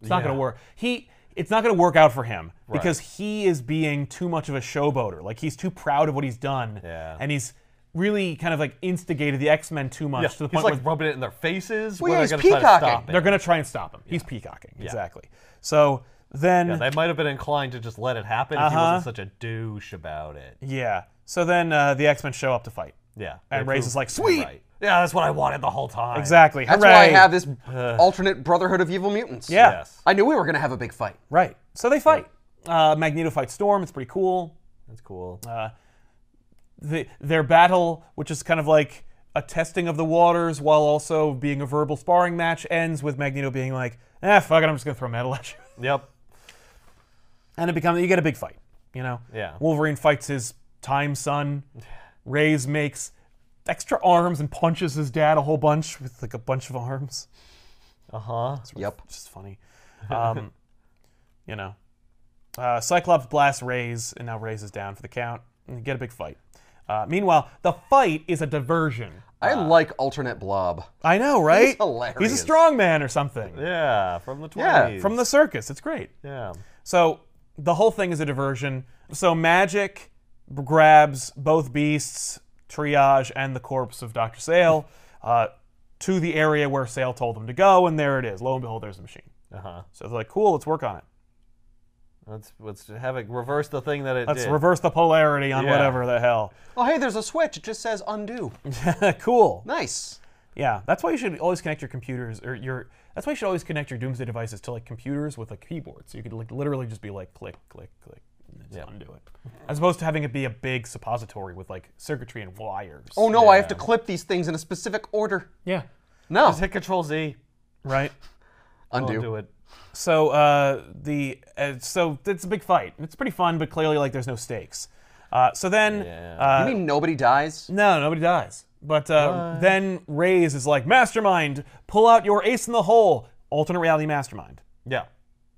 A: It's not gonna
B: Yeah.
A: work. He it's not gonna work out for him because he is being too much of a showboater. Like he's too proud of what he's done,
B: Yeah.
A: and he's really kind of like instigated the X Men too much
B: Yeah,
A: to the
B: he's
A: point
B: like
A: where
B: rubbing it in their faces.
C: yeah,
B: We're
C: he's
B: gonna try to
C: peacocking.
B: stop it.
A: they're gonna try and stop him. He's peacocking exactly. So Then
B: Yeah, they might have been inclined to just let it happen if he wasn't such a douche about it.
A: yeah. So then uh, the X Men show up to fight,
B: Yeah.
A: and
B: they
A: Ray's
B: proved
A: is like, "Sweet,
B: right. Yeah, that's what I wanted the whole time.
A: exactly,
C: That's
A: hooray!"
C: why I have
B: <sighs>
C: this alternate Brotherhood of Evil Mutants.
A: Yeah.
B: Yes.
C: I knew we were going to have a big fight.
A: Right. So they fight. Uh, Magneto fights Storm. It's pretty cool.
B: That's cool.
A: The, their battle, which is kind of like a testing of the waters while also being a verbal sparring match, ends with Magneto being like, "Ah, fuck it, I'm just gonna throw metal at you," <laughs>
B: yep.
A: and it becomes you get a big fight. You know.
B: Yeah.
A: Wolverine fights his time son. Ray's makes extra arms and punches his dad a whole bunch with like a bunch of arms.
B: Uh huh.
C: Yep.
A: It's just funny. Um, you know, uh, Cyclops blasts Rays, and now Rays is down for the count. And they get a big fight. Uh, meanwhile, the fight is a diversion.
C: I like alternate blob.
A: I know, right?
C: He's hilarious.
A: He's a strong man or something
B: Yeah, from the 20s.
C: Yeah,
A: from the circus. It's great.
B: Yeah.
A: So the whole thing is a diversion. So magic grabs both beasts, triage, and the corpse of Dr. Sale uh, to the area where Sale told them to go, and there it is. Lo and behold, there's a machine.
B: Uh huh.
A: So they're like, cool, let's work on it.
B: Let's let's have it reverse the thing that it
A: Let's
B: did.
A: reverse the polarity on
B: Yeah.
A: whatever the hell.
C: Oh, hey, there's a switch. It just says undo.
A: cool.
C: Nice.
A: Yeah, that's why you should always connect your computers or your. That's why you should always connect your Doomsday devices to like computers with a keyboard, so you could like literally just be like click, click, click, and just undo it, as opposed to having it be a big suppository with like circuitry and wires.
C: Oh no, I have to clip these things in a specific order.
A: yeah,
C: No.
B: Just hit Control Z.
A: right.
C: Undo.
B: I'll do it.
A: So uh, the uh, so it's a big fight. It's pretty fun, but clearly like there's no stakes. Uh, so then uh,
C: you mean nobody dies?
A: No, nobody dies. But uh, then Rays is like, Mastermind, pull out your ace in the hole. Alternate reality Mastermind,
B: Yeah.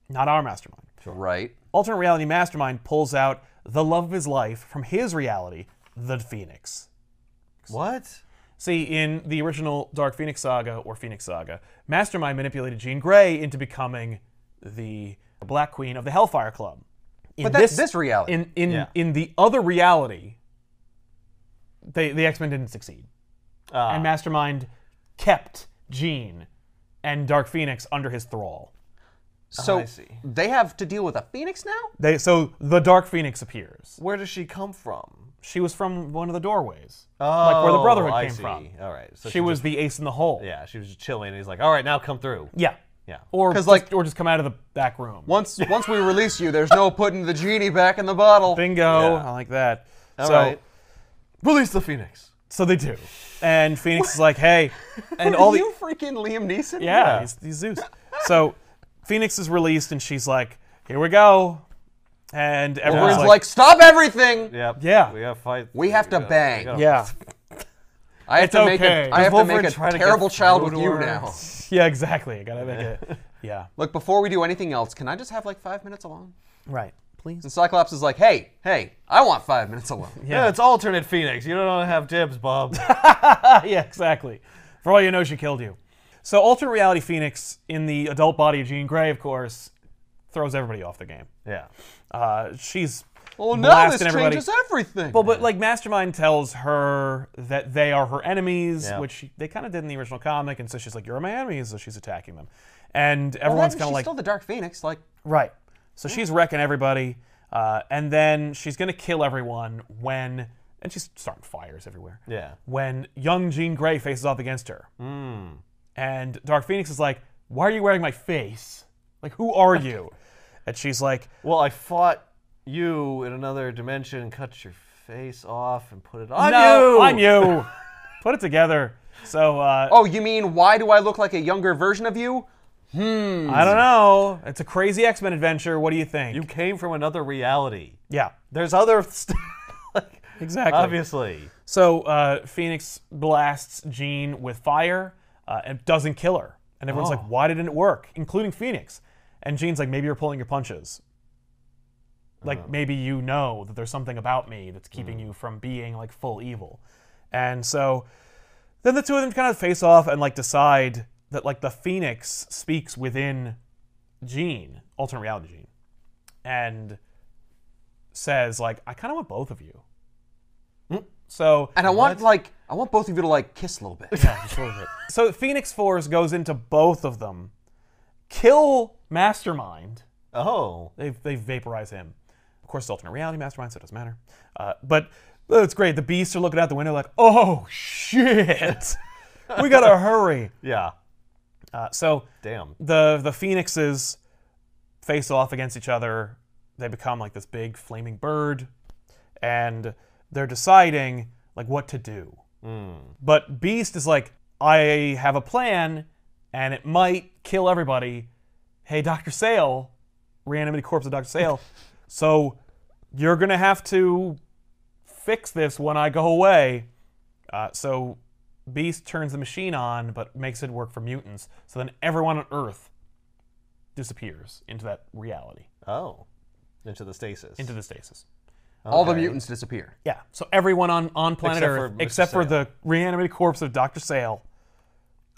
A: not our Mastermind.
C: Right.
A: Alternate reality Mastermind pulls out the love of his life from his reality, the Phoenix.
B: What?
A: See, in the original Dark Phoenix saga or Phoenix saga, Mastermind manipulated Jean Grey into becoming the Black Queen of the Hellfire Club. In
C: But that's this reality.
A: In in
B: Yeah.
A: in the other reality, they, the X Men didn't succeed,
B: Ah.
A: and Mastermind kept Jean and Dark Phoenix under his thrall.
C: so
B: I see.
C: they have to deal with a phoenix now?
A: They so the Dark Phoenix appears.
B: Where does she come from?
A: She was from one of the doorways,
B: Oh,
A: like where the Brotherhood
B: I
A: came
B: see.
A: from.
B: All right. So
A: She, was the ace in the hole.
B: yeah, she was just chilling. And he's like, all right, now come through.
A: Yeah.
B: Yeah.
A: Or
C: 'Cause,
A: just,
C: like-
A: or just come out of the back room.
C: Once once we release you, there's no putting the genie back in the bottle.
A: Bingo. I like that.
B: All
A: so,
B: right. Release the Phoenix.
A: so they do. And Phoenix is like,
B: <laughs>
A: hey, and all the
C: you freaking Liam Neeson?
A: Yeah, He's, he's Zeus. so Phoenix is released, and she's like, "Here we go," and everyone's
C: Everyone's
A: like,
C: like, stop everything.
B: Yep.
A: Yeah.
B: We gotta fight.
C: We have to
B: gotta-
C: bang.
B: gotta-
A: "Yeah,
C: I have
A: It's
C: to make
A: okay.
C: a, I have to
B: Wolverine
C: make a
B: tried to get
C: terrible child
B: through
C: with
B: to
C: you
B: her.
C: now.
A: <laughs> yeah, exactly. I gotta make
C: <laughs>
A: it. Yeah,
C: Look, before we do anything else, can I just have like five minutes alone?
A: right. Please.
C: And Cyclops is like, hey, hey, I want five minutes
B: <laughs>
C: alone.
B: Yeah. it's alternate Phoenix. You don't have
A: <laughs>
B: dibs,
A: <laughs>
B: Bob.
A: yeah, exactly. For all you know, she killed you. So alternate reality Phoenix in the adult body of Jean Grey, of course, throws everybody off the game.
B: yeah.
A: Uh, she's
C: Well, now
A: blasting
C: this
A: everybody.
C: changes everything.
A: Well, but like Mastermind tells her that they are her enemies,
B: Yeah.
A: which she, they kind of did in the original comic, and so she's like, "You're my enemies," so she's attacking them, and everyone's
C: she's
A: kind of like,
C: still the Dark Phoenix. Like,
A: Right. So she's wrecking everybody, uh, and then she's gonna kill everyone when, and she's starting fires everywhere.
B: Yeah.
A: When young Jean Grey faces off against her,
B: Mm.
A: and Dark Phoenix is like, "Why are you wearing my face? Like, who are
B: <laughs>
A: you?" and she's like,
B: Well, I fought you in another dimension, cut your face off, and put it on
A: "No,
B: you.
A: on you.
B: <laughs>
A: Put it together." So uh,
C: oh, you mean why do I look like a younger version of you?
A: I don't know. It's a crazy X Men adventure. What do you think?
B: Oh. You came from another reality.
A: yeah,
B: There's other <laughs> stuff. like,
A: exactly.
B: obviously.
A: So uh, Phoenix blasts Jean with fire uh, and doesn't kill her. And everyone's like, why didn't it work? Including Phoenix. And Jean's like, maybe you're pulling your punches. Like, maybe you know that there's something about me that's keeping you from being like full evil. And so then the two of them kind of face off and like decide that like the Phoenix speaks within Jean, alternate reality Jean, and says, like, I kind of want both of you. So
C: And I want like I want both of you to like kiss a little
B: <laughs>
C: bit.
A: So Phoenix Force goes into both of them, kill Mastermind,
B: Oh.
A: They, they vaporize him. Of course, it's alternate reality mastermind, so it doesn't matter. Uh, but uh, it's great. The beasts are looking out the window like, oh, shit. <laughs> we got to hurry.
B: Yeah.
A: Uh, so
B: Damn.
A: the, the phoenixes face off against each other. They become like this big flaming bird. And they're deciding like what to do. But Beast is like, I have a plan, and it might kill everybody. Hey, Doctor Sale, reanimated corpse of Doctor Sale. so you're gonna have to fix this when I go away. Uh, so Beast turns the machine on, but makes it work for mutants. So then everyone on Earth disappears into that reality,
B: Oh. Into the stasis.
A: into the stasis.
C: All the mutants disappear.
A: Yeah. So everyone on, on planet
B: Except for
A: Earth,
B: Mr.
A: except for
B: Sale.
A: the reanimated corpse of Doctor Sale.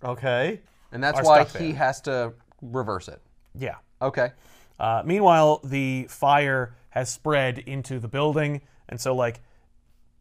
B: okay.
C: And that's
A: Are
C: why
A: stuck
C: he
A: there.
C: has to reverse it.
A: Yeah.
C: Okay.
A: Uh, meanwhile, the fire has spread into the building, and so like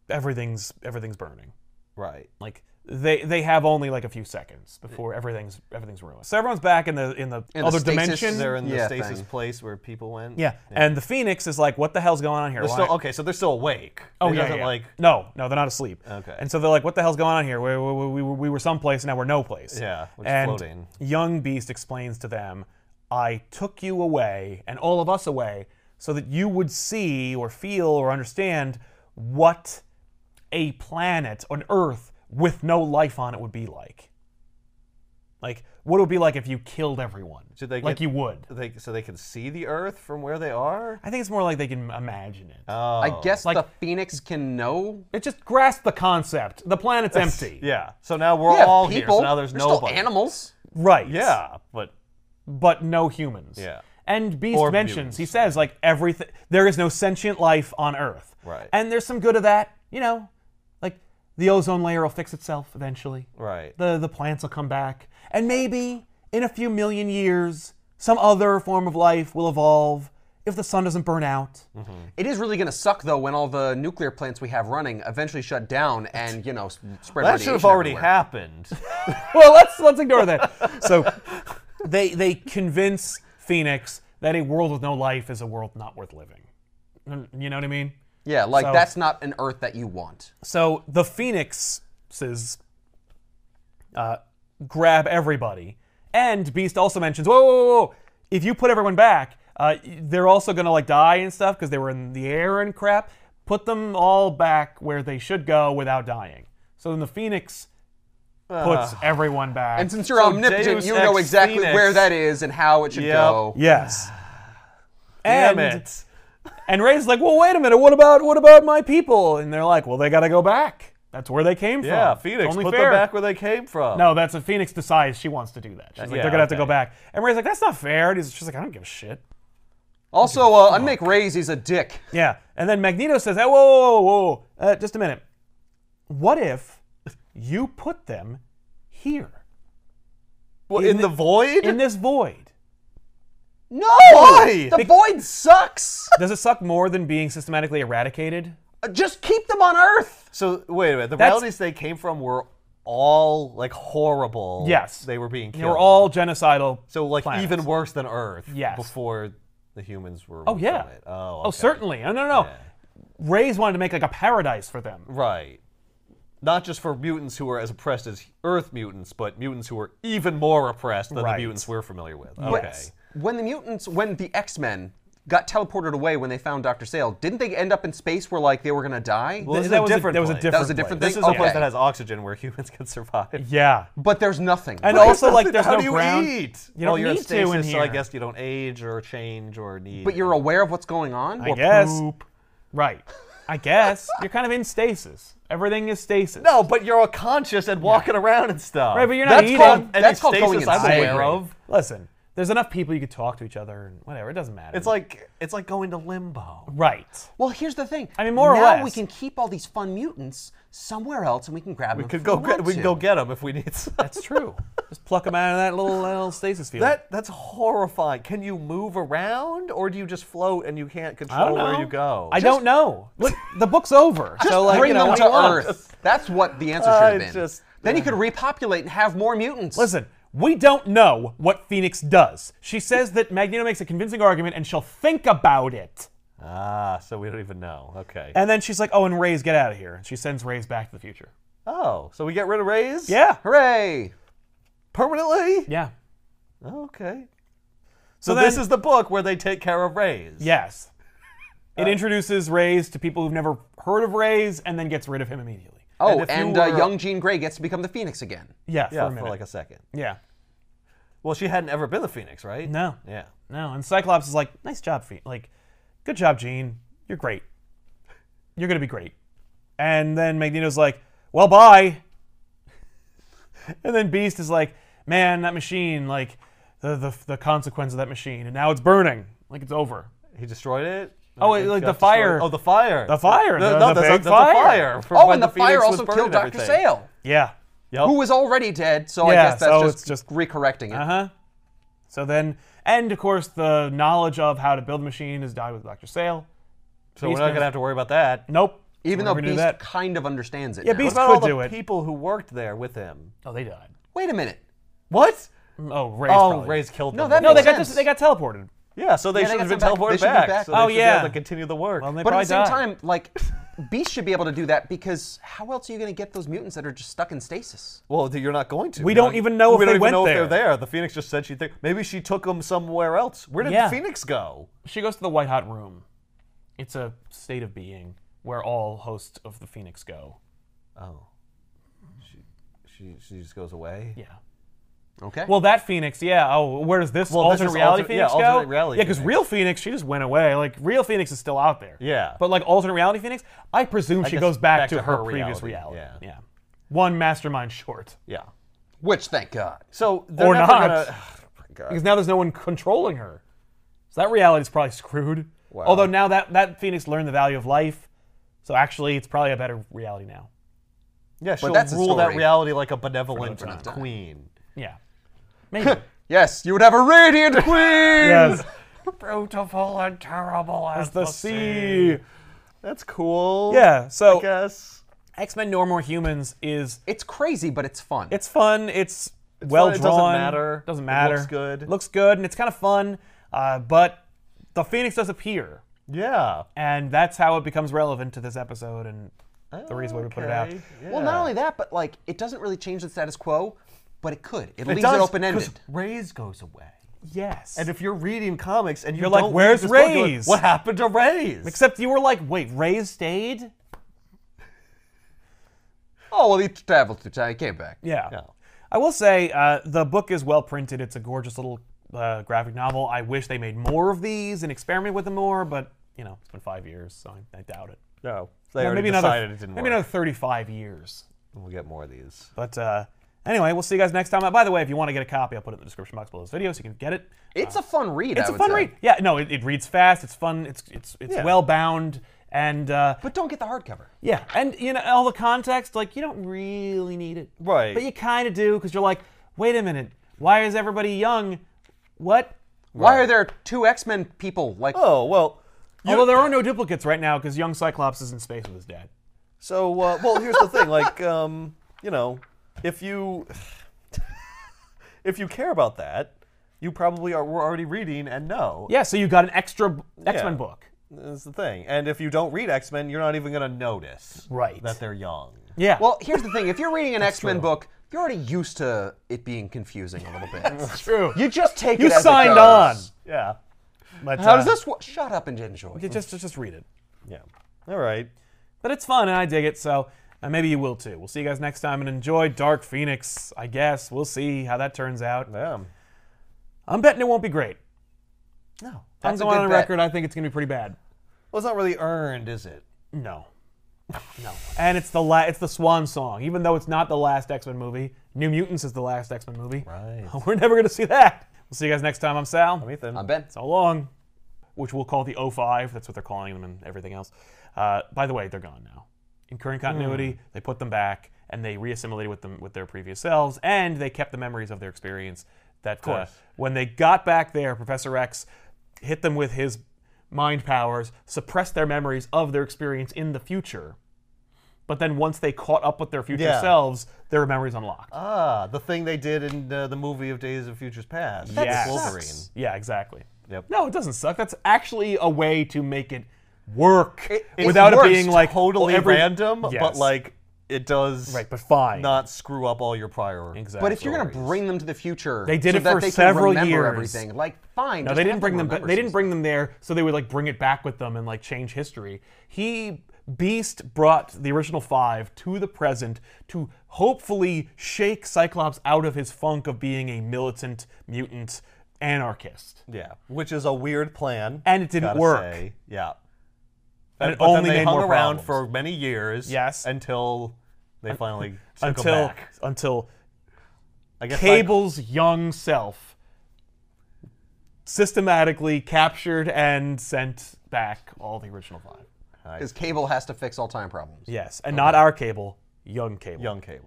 A: everything's everything's burning.
B: Right.
A: Like they they have only like a few seconds before everything's everything's ruined. So everyone's back in the in the
C: In the
A: other
C: stasis.
A: dimension.
B: They're in the
C: Yeah,
B: stasis
C: thing.
B: place where people went.
A: yeah. and the phoenix is like, what the hell's going on here?
B: They're
A: Why-
B: still okay, so they're still awake.
A: Oh
B: It
A: yeah,
B: doesn't,
A: yeah.
B: Like
A: no, no, they're not asleep.
B: Okay.
A: And so they're like, "What the hell's going on here? We, we, we, we were someplace, now we're no place."
B: Yeah, we're just
A: and
B: floating.
A: young Beast explains to them, "I took you away and all of us away, so that you would see or feel or understand what a planet, an Earth with no life on it, would be like. Like what it would be like if you killed everyone.
B: Should they
A: like
B: get-
A: you would?
B: they so they can see the Earth from where they are.
A: I think it's more like they can imagine it.
B: Oh,
C: I guess
A: Like-
C: the Phoenix can know.
A: it just grasp the concept. The
B: <laughs>
A: planet's empty.
B: yeah. So now we're
C: yeah,
B: all
C: people.
B: here. So now there's
C: They're
B: nobody.
C: Still animals.
A: Right.
B: Yeah, but
A: but no humans.
B: Yeah.
A: And Beast
B: Or
A: mentions,
B: mutants.
A: he says, like everything, there is no sentient life on Earth.
B: Right.
A: And there's some good of that, you know, like the ozone layer will fix itself eventually.
B: right.
A: The the plants will come back, and maybe in a few million years, some other form of life will evolve if the sun doesn't burn
B: <laughs>
A: out.
C: It is really going to suck though when all the nuclear plants we have running eventually shut down and you know s- spread.
B: that should have
C: radiation
B: already
C: everywhere.
B: happened.
A: well, let's let's ignore that. So they they convince Phoenix that a world with no life is a world not worth living. You know what I mean?
C: Yeah, like
A: So-
C: that's not an Earth that you want.
A: So the Phoenixes uh, grab everybody, and Beast also mentions, "Whoa, whoa, whoa! whoa. If you put everyone back, uh, they're also gonna like die and stuff because they were in the air and crap. Put them all back where they should go without dying." So then the Phoenix puts everyone back.
C: And since you're omnipotent,
B: Deus
C: you know
B: ex
C: exactly
B: Phoenix.
C: where that is and how it should
B: Yep.
C: go.
A: yes.
B: <sighs> Damn
A: And,
B: it.
A: and Ray's like, well, wait a minute. What about what about my people? And they're like, well, they got to go back. That's where they came from.
B: Yeah,
A: It's
B: Phoenix.
A: only
B: Put
A: fair."
B: them back where they came from.
A: No, that's what Phoenix decides she wants to do that. She's like,
B: Uh, yeah,
A: they're gonna have to
B: okay.
A: go back. And Ray's like, that's not fair. And he's, she's like, I don't give a shit.
C: Also, uh, unmake Ray's, he's a dick.
A: Yeah. And then Magneto says, hey, whoa, whoa, whoa, whoa. Uh, just a minute. What if you put them here
B: Well, in, the, void.
A: in this void?
C: No!
B: Why?
C: The void sucks!
A: Does it suck more than being systematically eradicated?
C: Uh, Just keep them on Earth!
B: so wait a minute. The
A: That's-
B: realities they came from were all like horrible.
A: Yes.
B: They were being
A: They
B: killed.
A: were all genocidal.
B: so like
A: planets.
B: even worse than Earth.
A: Yes.
B: Before the humans were.
A: Oh yeah.
B: Oh.
A: Oh
B: okay.
A: certainly. No, no, no. Ray's wanted to make like a paradise for them.
B: Right. Not just for mutants who are as oppressed as Earth mutants, but mutants who are even more oppressed than
A: Right.
B: the mutants we're familiar with.
C: But
B: Okay.
C: When the mutants, when the X Men got teleported away when they found Dr. Sale, didn't they end up in space where, like, they were gonna die?
B: Well, this
A: that
B: is a
A: was a-
B: different
A: that was a
B: place.
A: different That
C: was a different
B: place.
C: thing?
B: This is a place
C: Okay.
B: that has oxygen where humans can survive.
A: Yeah.
C: but there's nothing.
A: And
C: But
A: also like there's
B: How
A: no
B: do you
A: ground.
B: eat?
A: You don't
B: well, you're in
A: need to in
B: stasis, so I
A: here.
B: guess you don't age or change or need.
C: But you're aware of what's going on?
A: I
C: Or-
A: guess. Right. I guess. You're kind of in stasis. Everything is stasis.
B: no, but you're all conscious and walking around and stuff.
A: Right, but you're not
B: That's
A: eating.
B: Called,
C: That's
B: any
C: called going
B: stasis I'm
C: insane.
B: aware of.
A: Listen, there's enough people you could talk to each other and whatever. It doesn't matter.
B: It's like it's like going to limbo.
A: right.
C: Well, here's the thing.
A: I mean, more or
C: now
A: less.
C: we can keep all these fun mutants somewhere else, and we can grab them.
B: We could
C: if
B: go.
C: want
B: Get, we can
C: to.
B: go get them if we need. Some.
A: That's true. Just pluck them out of that little little stasis field.
B: That that's horrifying. Can you move around, or do you just float and you can't
A: I don't
B: control
A: know
B: where you go?
A: I don't know. Look, the book's over. so like,
C: Bring
A: you know,
C: them
A: what
C: to
A: do you want?
C: Earth. That's what the answer
B: I
C: should have been.
B: just-
C: then you could repopulate and have more mutants.
A: Uh, Listen, We don't know what Phoenix does. She says that Magneto makes a convincing argument and she'll think about it.
B: Ah, so we don't even know. Okay.
A: And then she's like, oh, and Ray's get out of here. And she sends Ray's back to the future.
B: Oh, so we get rid of Ray's?
A: Yeah.
C: Hooray!
B: Permanently?
A: Yeah.
B: Okay.
A: So
B: So,
A: then-
B: this is the book where they take care of Ray's. <laughs>
A: Yes.
B: Uh,
A: It introduces Ray's to people who've never heard of Ray's and then gets rid of him immediately.
C: Oh,
B: if
C: and,
B: you
C: uh,
B: were-
C: young Jean Grey gets to become the Phoenix again.
A: Yeah,
B: Yeah,
A: for a
B: for,
A: minute.
B: like a second.
A: yeah.
B: Well, she hadn't ever been the Phoenix, right?
A: No.
B: Yeah.
A: No, and Cyclops is like, nice job, Fe- like, good job, Jean. You're great. You're gonna be great. And then Magneto's like, well, bye. <laughs> and then Beast is like, man, that machine, like, the the, the consequence of that machine, and now it's burning, like it's over.
B: He destroyed it?
A: Oh,
B: It
A: wait, like
B: got
A: the fire.
B: destroyed. Oh, the fire.
A: The fire, the-
B: no,
A: the
B: that's
A: big
B: the fire.
A: fire.
B: from
C: Oh,
B: when
C: and the,
B: Phoenix
C: fire
B: was
C: also
B: burning
C: killed Dr.
B: everything.
C: Sale,
A: Yeah.
B: Yep.
C: who was already dead, so I
A: Yeah,
C: guess that's
A: so
C: just,
A: it's just-
C: recorrecting it.
A: Uh-huh. So then, and of course, the knowledge of how to build a machine is died with Doctor Sale.
B: so we're
A: Beast
B: not
A: knows-
B: going to have to worry about that.
A: Nope.
C: Even
A: We're
C: though
A: never gonna do
C: Beast
A: that.
C: kind of understands it.
A: Yeah,
C: now.
B: What
A: Beast
B: about
A: could
B: all the
A: do it.
B: people who worked there with him?
A: Oh, they died.
C: Wait a minute.
B: What?
A: Oh, Ray's
B: oh,
A: probably-
B: Ray's killed
C: No,
B: them.
C: that
A: No, they
C: makes
A: got
C: sense.
A: dis- they got teleported.
B: yeah, so they
C: Yeah, they
B: should
C: got
B: have been
C: sent back. They
B: teleported
C: should be
B: back.
C: back.
B: So they
A: Oh,
B: should be able
A: yeah.
B: to continue the work.
A: Well, they
C: But at
A: probably
C: the same
A: died.
C: time, like, <laughs> Beast should be able to do that because how else are you going to get those mutants that are just stuck in stasis?
B: Well, th- you're not going to.
A: We
B: You're
A: don't
B: not-
A: even know if
B: we
A: they
B: don't even
A: went
B: know
A: there.
B: if they're there. The Phoenix just said she think maybe she took them somewhere else. Where did
A: Yeah.
B: the Phoenix go?
A: She goes to the White Hot Room. It's a state of being where all hosts of the Phoenix go.
B: Oh, she she she just goes away.
A: Yeah.
C: Okay.
A: Well, that Phoenix, yeah. Oh, where does this
B: Well, this
A: alternate
B: is
A: reality
B: alter- yeah,
A: Phoenix go?
B: alternate reality
A: yeah, because
B: Phoenix.
A: real Phoenix, she just went away. Like real Phoenix is still out there.
B: Yeah.
A: But like alternate reality Phoenix, I presume she
B: guess
A: goes back,
B: back
A: to,
B: to
A: her,
B: her
A: previous
B: reality,
A: reality.
B: yeah.
A: One mastermind short.
B: Yeah.
C: Which, thank God.
B: So they're
A: Or
B: never
A: not.
B: gonna- <sighs> Oh, my God.
A: Because now there's no one controlling her. So that reality's probably screwed. Although now that that Phoenix learned the value of life, so actually it's probably a better reality now.
B: Yeah, she'll
C: that's a
B: rule that
C: story.
B: reality like a benevolent queen.
A: Yeah.
B: <laughs>
A: Maybe.
C: Yes, you would have
A: <laughs>
C: a radiant queen.
A: yes.
B: Beautiful and terrible as
A: The sea.
B: That's cool.
A: Yeah.
B: I
A: So
B: guess.
A: X Men No More Humans is
C: It's crazy, but it's fun.
A: it's fun. It's, well
B: fun, it doesn't
A: drawn.
B: matter,
A: Doesn't
B: it
A: matter.
B: looks good.
A: Looks good, and it's kind of fun. Uh, but the Phoenix does appear,
B: Yeah.
A: and that's how it becomes relevant to this episode and the reason why we put it out.
B: Okay,
C: Well, not
B: yeah.
C: only that, but like it doesn't really change the status quo, but it could. It, leaves
B: does,
C: it
B: 'cause
C: open ended.
B: Rays goes away.
A: Yes.
B: And if you're reading comics and you
A: You're like,
B: don't read
A: "Where's
B: this book," you're like,
A: Rays?
B: What happened to Rays?
A: Except you were like, wait, Ray stayed?
C: Oh well, he traveled to China, came back.
A: Yeah.
B: Yeah.
A: I will say uh, the book is well printed. It's a gorgeous little uh, graphic novel. I wish they made more of these and experiment with them more, but you know, it's been five years, so I, I doubt it.
B: No, they
A: Or
B: already
A: maybe
B: decided
A: another
B: it didn't
A: maybe
B: work.
A: another thirty-five years.
B: We'll get more of these.
A: But uh, anyway, we'll see you guys next time. Uh, By the way, if you want to get a copy, I'll put it in the description box below this video so you can get it.
C: It's a fun read.
A: It's
C: I
A: a
C: would
A: fun
C: say.
A: read. Yeah, no, it, it reads fast. It's fun. It's it's it's
B: Yeah.
A: well bound and uh,
C: but don't get the hardcover.
A: Yeah, and you know all the context, like you don't really need it,
B: Right.
A: But you kind of do because you're like, wait a minute, why is everybody young? What?
C: Why are there two X Men people? Like,
B: Oh well.
A: Although there are no duplicates right now because young Cyclops is in space with his dad.
B: So uh, well, here's the thing.
A: <laughs>
B: Like, um, you know, if you if you care about that, you probably are were already reading and know.
A: Yeah, so you got an extra X Men
B: Yeah.
A: book.
B: That's the thing. And if you don't read X Men, you're not even gonna notice.
A: Right.
B: That they're young.
A: Yeah.
C: <laughs> well, here's the thing: if
A: <laughs>
C: you're reading an X Men book, you're already used to it being confusing a
A: <laughs>
C: little bit.
A: true.
C: you just take
A: You
C: it. as it
A: signed on.
C: goes.
B: Yeah.
A: But,
C: How
A: uh,
C: does this? Wo- Shut up and enjoy.
A: you Just, just just read it.
B: Yeah. All right.
A: But it's fun and I dig it. So uh, maybe you will too. We'll see you guys next time and enjoy Dark Phoenix. I guess we'll see how that turns out.
B: Yeah.
A: I'm betting it won't be great.
B: No.
A: I'm
C: That's a
A: going
C: good
A: on
C: bet.
A: record. I think it's gonna be pretty bad.
B: Well, it's not really earned, is it?
A: No. <laughs> No. And it's the la- it's the swan song. Even though it's not the last X-Men movie, New Mutants is the last X-Men movie.
B: Right.
A: <laughs> We're never going to see that. We'll see you guys next time. I'm Sal.
B: I'm Ethan.
C: I'm Ben.
A: so long. Which we'll call the 05. That's what they're calling them and everything else. Uh, by the way, they're gone now. In current continuity, they put them back and they reassimilated with them with their previous selves and they kept the memories of their experience that uh,
B: course.
A: when they got back there, Professor X hit them with his mind powers, suppressed their memories of their experience in the future But then once they caught up with their future
B: Yeah.
A: selves, their memories unlocked.
B: Ah, the thing they did in uh, the movie of Days of Futures Past.
A: Yeah,
B: with
A: yes.
B: Wolverine.
A: Yeah, exactly.
B: Yep.
A: No, it doesn't suck. That's actually a way to make it work
B: It
A: without it
B: works
A: being <laughs> like
B: totally
A: every-
B: random, but
A: Yes.
B: like it does
A: right, but fine.
B: not screw up all your prior.
A: Exactly.
C: But if you're going to bring them to the future,
A: They did
C: so
A: it
C: that
A: for
C: they
A: several
C: can remember
A: years.
C: Everything like fine.
A: No,
C: just
A: they
C: have
A: didn't bring them. ba-
C: remember
A: They didn't
C: some
A: bring them there, so they would like bring it back with them and like change history. He Beast brought the original five to the present to hopefully shake Cyclops out of his funk of being a militant mutant anarchist.
B: Yeah, which is a weird plan.
A: And it didn't
B: gotta
A: work.
B: say. Yeah.
A: And it
B: but then
A: only
B: they
A: made
B: hung
A: more
B: around
A: problems.
B: for many years.
A: Yes.
B: Until they finally took 'em
A: until
B: back.
A: until
B: I guess like-
A: Cable's young self systematically captured and sent back all the original five.
C: Because Cable has to fix all time problems.
A: Yes, and not our Cable, young Cable.
B: young Cable.